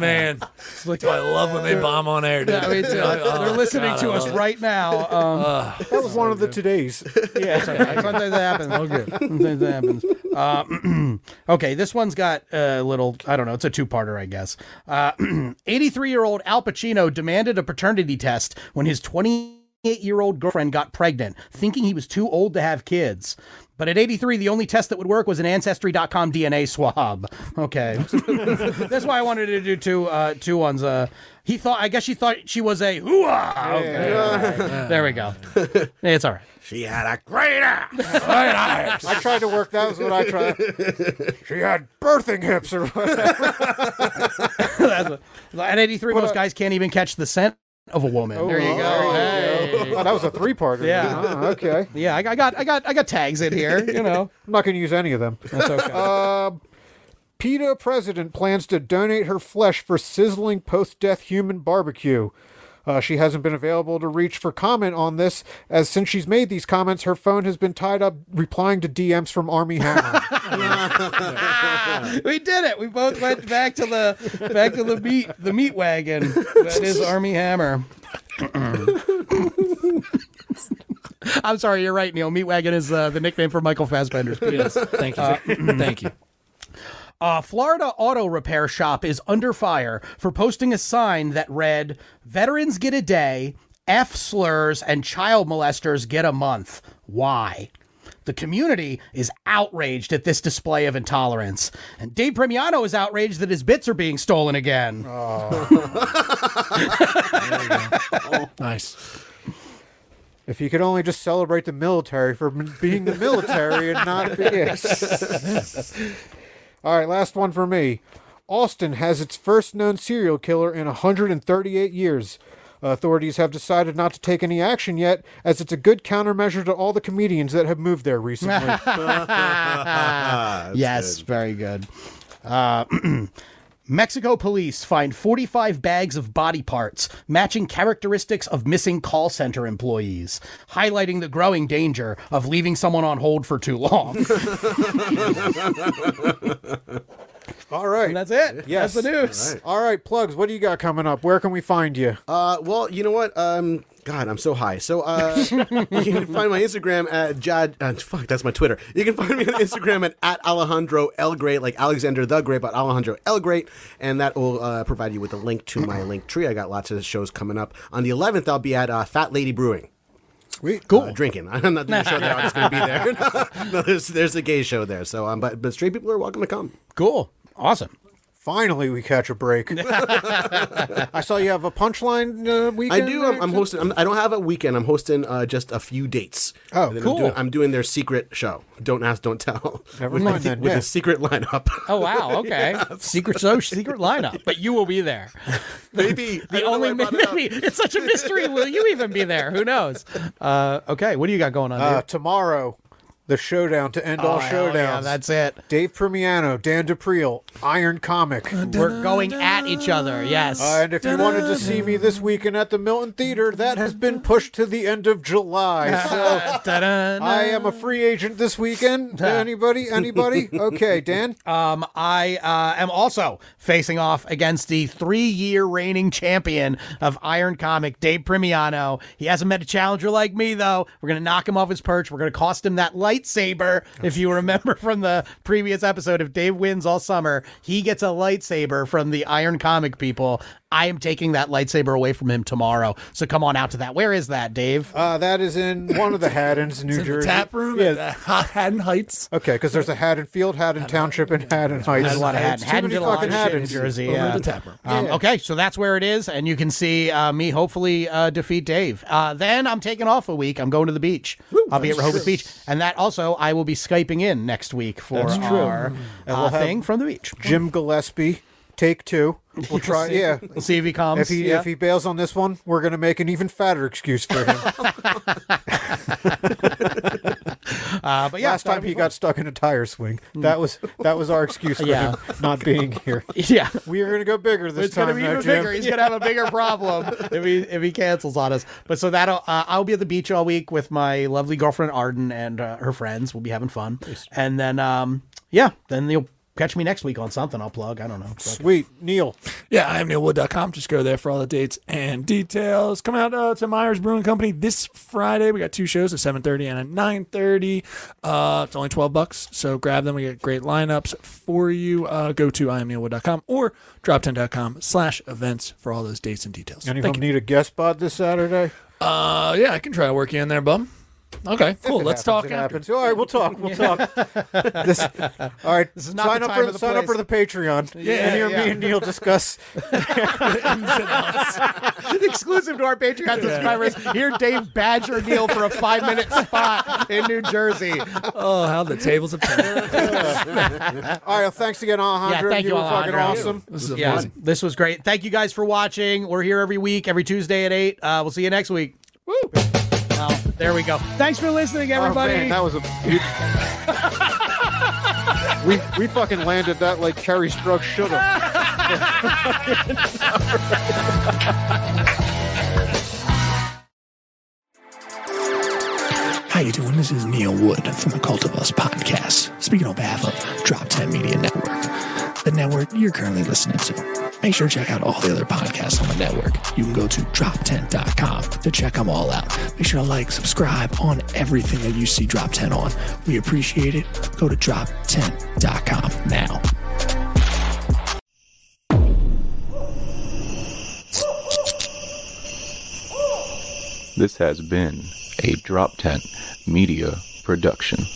Speaker 6: Man. Do I love when they bomb on air, dude. Oh,
Speaker 5: I mean, they're listening to us right now. Um,
Speaker 2: That was one of the today's.
Speaker 5: Yeah, sometimes that happens. Sometimes that happens. Uh, okay, this one's got a little. I don't know. It's a two-parter, I guess. Uh, Eighty-three-year-old Al Pacino demanded a paternity test when his twenty-eight-year-old girlfriend got pregnant, thinking he was too old to have kids. But at 83, the only test that would work was an Ancestry.com DNA swab. Okay. That's why I wanted to do two uh, two ones. Uh, he thought, I guess she thought she was a hoo Okay. alright. There we go. It's all right.
Speaker 4: She had a great ass.
Speaker 2: I tried to work. That was what I tried. she had birthing hips or whatever.
Speaker 5: That's what- at 83, most guys can't even catch the scent of a woman. there you go. Hey.
Speaker 2: Oh, that was a three-parter.
Speaker 5: Yeah.
Speaker 2: Oh, okay.
Speaker 5: Yeah, I, I got, I got, I got tags in here. You know, Uh,
Speaker 2: I'm not going to use any of them.
Speaker 5: that's okay.
Speaker 2: PETA president plans to donate her flesh for sizzling post death human barbecue. Uh, she hasn't been available to reach for comment on this, as since she's made these comments, her phone has been tied up replying to DMs from Army Hammer.
Speaker 5: we did it. We both went back to the back to the meat the meat wagon. That is Army Hammer. I'm sorry, you're right, Neil. Meat wagon is uh, the nickname for Michael Fassbender's penis.
Speaker 6: Thank you. Thank you.
Speaker 5: A Florida auto repair shop is under fire for posting a sign that read "Veterans get a day, F slurs and child molesters get a month." Why? The community is outraged at this display of intolerance, and Dave Premiano is outraged that his bits are being stolen again.
Speaker 6: Nice.
Speaker 2: if you could only just celebrate the military for m- being the military and not be. All right, last one for me. Austin has its first known serial killer in 138 years. Authorities have decided not to take any action yet, as it's a good countermeasure to all the comedians that have moved there recently.
Speaker 5: yes, very good. Uh, Mexico police find 45 bags of body parts matching characteristics of missing call center employees, highlighting the growing danger of leaving someone on hold for too long.
Speaker 2: all right.
Speaker 5: That's it.
Speaker 2: Yes.
Speaker 5: That's the news.
Speaker 2: All right, plugs. What do you got coming up? Where can we find you?
Speaker 4: Uh, well, you know what? Um, God, I'm so high. So uh, you can find my Instagram at Jad. Uh, fuck, that's my Twitter. You can find me on Instagram at, at Alejandro El Great, like Alexander the Great, but Alejandro El Great, and that will uh, provide you with a link to my link tree. I got lots of shows coming up. On the 11th, I'll be at uh, Fat Lady Brewing.
Speaker 2: Sweet.
Speaker 4: uh, drinking. I'm not doing a show there. I'm just going to be there. no, there's there's a gay show there. So, um, but but straight people are welcome to come.
Speaker 5: Cool. Awesome.
Speaker 2: Finally, we catch a break. I saw you have a punchline uh,
Speaker 4: I
Speaker 2: weekend.
Speaker 4: do. I'm, I'm
Speaker 2: action?
Speaker 4: hosting. I'm, I don't have a weekend. I'm hosting uh, just a few dates.
Speaker 2: Oh,
Speaker 4: And then
Speaker 5: cool.
Speaker 4: I'm doing, I'm doing their secret show. Don't ask, don't tell.
Speaker 2: Never
Speaker 4: with
Speaker 2: mind
Speaker 4: a, se-
Speaker 2: then,
Speaker 4: with
Speaker 2: yeah.
Speaker 4: a secret lineup.
Speaker 5: Oh wow. Okay. Secret so secret lineup, but you will be there.
Speaker 4: maybe
Speaker 5: The only maybe it's such a mystery. Will you even be there? Who knows? Uh, okay. What do you got going on?
Speaker 2: Uh,
Speaker 5: dude?
Speaker 2: tomorrow, the showdown to end all
Speaker 5: Oh,
Speaker 2: showdowns.
Speaker 5: yeah, that's it.
Speaker 2: Dave Premiano, Dan DePriel, Iron Comic.
Speaker 5: We're going at each other. Yes.
Speaker 2: And if you wanted to see me this weekend at the Milton Theater, that has been pushed to the end of July. So
Speaker 5: Ta-da.
Speaker 2: I am a free agent this weekend. Anybody? Anybody? Okay, Dan.
Speaker 5: Um, I uh, am also facing off against the three-year reigning champion of Iron Comic, Dave Primiano. He hasn't met a challenger like me, though. We're gonna knock him off his perch. We're gonna cost him that lightsaber. If you remember from the previous episode, if Dave wins all summer, he gets a lightsaber from the Iron Comic people. I am taking that lightsaber away from him tomorrow. So come on out to that. Where is that, Dave?
Speaker 2: Uh, that is in one of the Haddons, New
Speaker 6: The
Speaker 2: Jersey.
Speaker 6: tap room
Speaker 2: Yeah.
Speaker 6: at uh, Haddon Heights.
Speaker 2: Okay, because there's a Haddon Field, Haddon Township, and Haddon Heights.
Speaker 5: There's a lot of Haddon.
Speaker 2: Too
Speaker 5: Haddon
Speaker 2: many
Speaker 5: did a lot
Speaker 2: fucking
Speaker 5: of shit in
Speaker 2: Haddons.
Speaker 5: Jersey.
Speaker 6: Over
Speaker 5: yeah.
Speaker 6: the tap room.
Speaker 5: Um, Okay, so that's where it is, and you can see uh, me hopefully uh, defeat Dave. Uh, then I'm taking off a week. I'm going to the beach. I'll be at Rehoboth Beach, and that also I will be skyping in next week for our uh, thing from the beach.
Speaker 2: Jim Gillespie, take two. We'll try. Yeah.
Speaker 5: We'll see if he comes.
Speaker 2: If he
Speaker 5: yeah.
Speaker 2: if he bails on this one, we're gonna make an even fatter excuse for him.
Speaker 5: uh, but yeah,
Speaker 2: Last
Speaker 5: so
Speaker 2: time he got stuck in a tire swing. That was that was our excuse for
Speaker 5: Yeah.
Speaker 2: him not being here.
Speaker 5: yeah.
Speaker 2: We are gonna go bigger this
Speaker 5: It's
Speaker 2: time.
Speaker 5: gonna be
Speaker 2: though,
Speaker 5: even
Speaker 2: Jim.
Speaker 5: bigger. He's gonna have a bigger problem if he if he cancels on us. But so that'll uh, I'll be at the beach all week with my lovely girlfriend Arden and uh, her friends. We'll be having fun, and then um yeah, then you'll catch me next week on something. I'll plug. I don't know. Plug.
Speaker 2: Sweet Neil.
Speaker 6: Yeah, I'm neilwood.com. Just go there for all the dates and details. Come out uh, to Myers Brewing Company this Friday. We got two shows at 7:30 and at 9:30. Uh, it's only 12 bucks, so grab them. We get great lineups for you. Uh, go to imneilwood.com or drop10.com slash events for all those dates and details.
Speaker 2: Any of them need a guest spot this Saturday?
Speaker 6: Uh, yeah, I can try to work you in there, bum.
Speaker 5: Okay, cool.
Speaker 2: If it happens,
Speaker 5: Let's talk
Speaker 2: It
Speaker 5: after.
Speaker 2: happens. All right, we'll talk. We'll talk. This, all right,
Speaker 3: is not
Speaker 2: sign
Speaker 3: the
Speaker 2: up
Speaker 3: time
Speaker 2: for
Speaker 3: or the
Speaker 2: sign up for
Speaker 3: place.
Speaker 2: the Patreon. Yeah, and here me and Neil discuss.
Speaker 3: Exclusive to our Patreon subscribers. Hear Dave Badger Neal for a five minute spot in New Jersey.
Speaker 5: Oh, how the tables have turned.
Speaker 2: All right, well, thanks again, Alejandro.
Speaker 3: Yeah, thank you,
Speaker 2: were
Speaker 3: Alejandro.
Speaker 2: fucking awesome.
Speaker 5: this is
Speaker 3: Yeah,
Speaker 5: amazing.
Speaker 3: this was great. Thank you guys for watching. We're here every week, every Tuesday at 8. Uh, we'll see you next week. Woo! Well, there we go. Thanks for listening,
Speaker 2: Oh,
Speaker 3: everybody.
Speaker 2: man, that was a huge. we we fucking landed that like Carrie Stroke should have.
Speaker 6: How you doing? This is Neil Wood from the Cult of Us podcast, speaking on behalf of Drop 10 Media Network, the network you're currently listening to. Make sure to check out all the other podcasts on the network. You can go to drop10.com to check them all out. Make sure to like, subscribe on everything that you see Drop 10 on. We appreciate it. Go to drop10.com now.
Speaker 1: This has been a Drop Tent Media Production.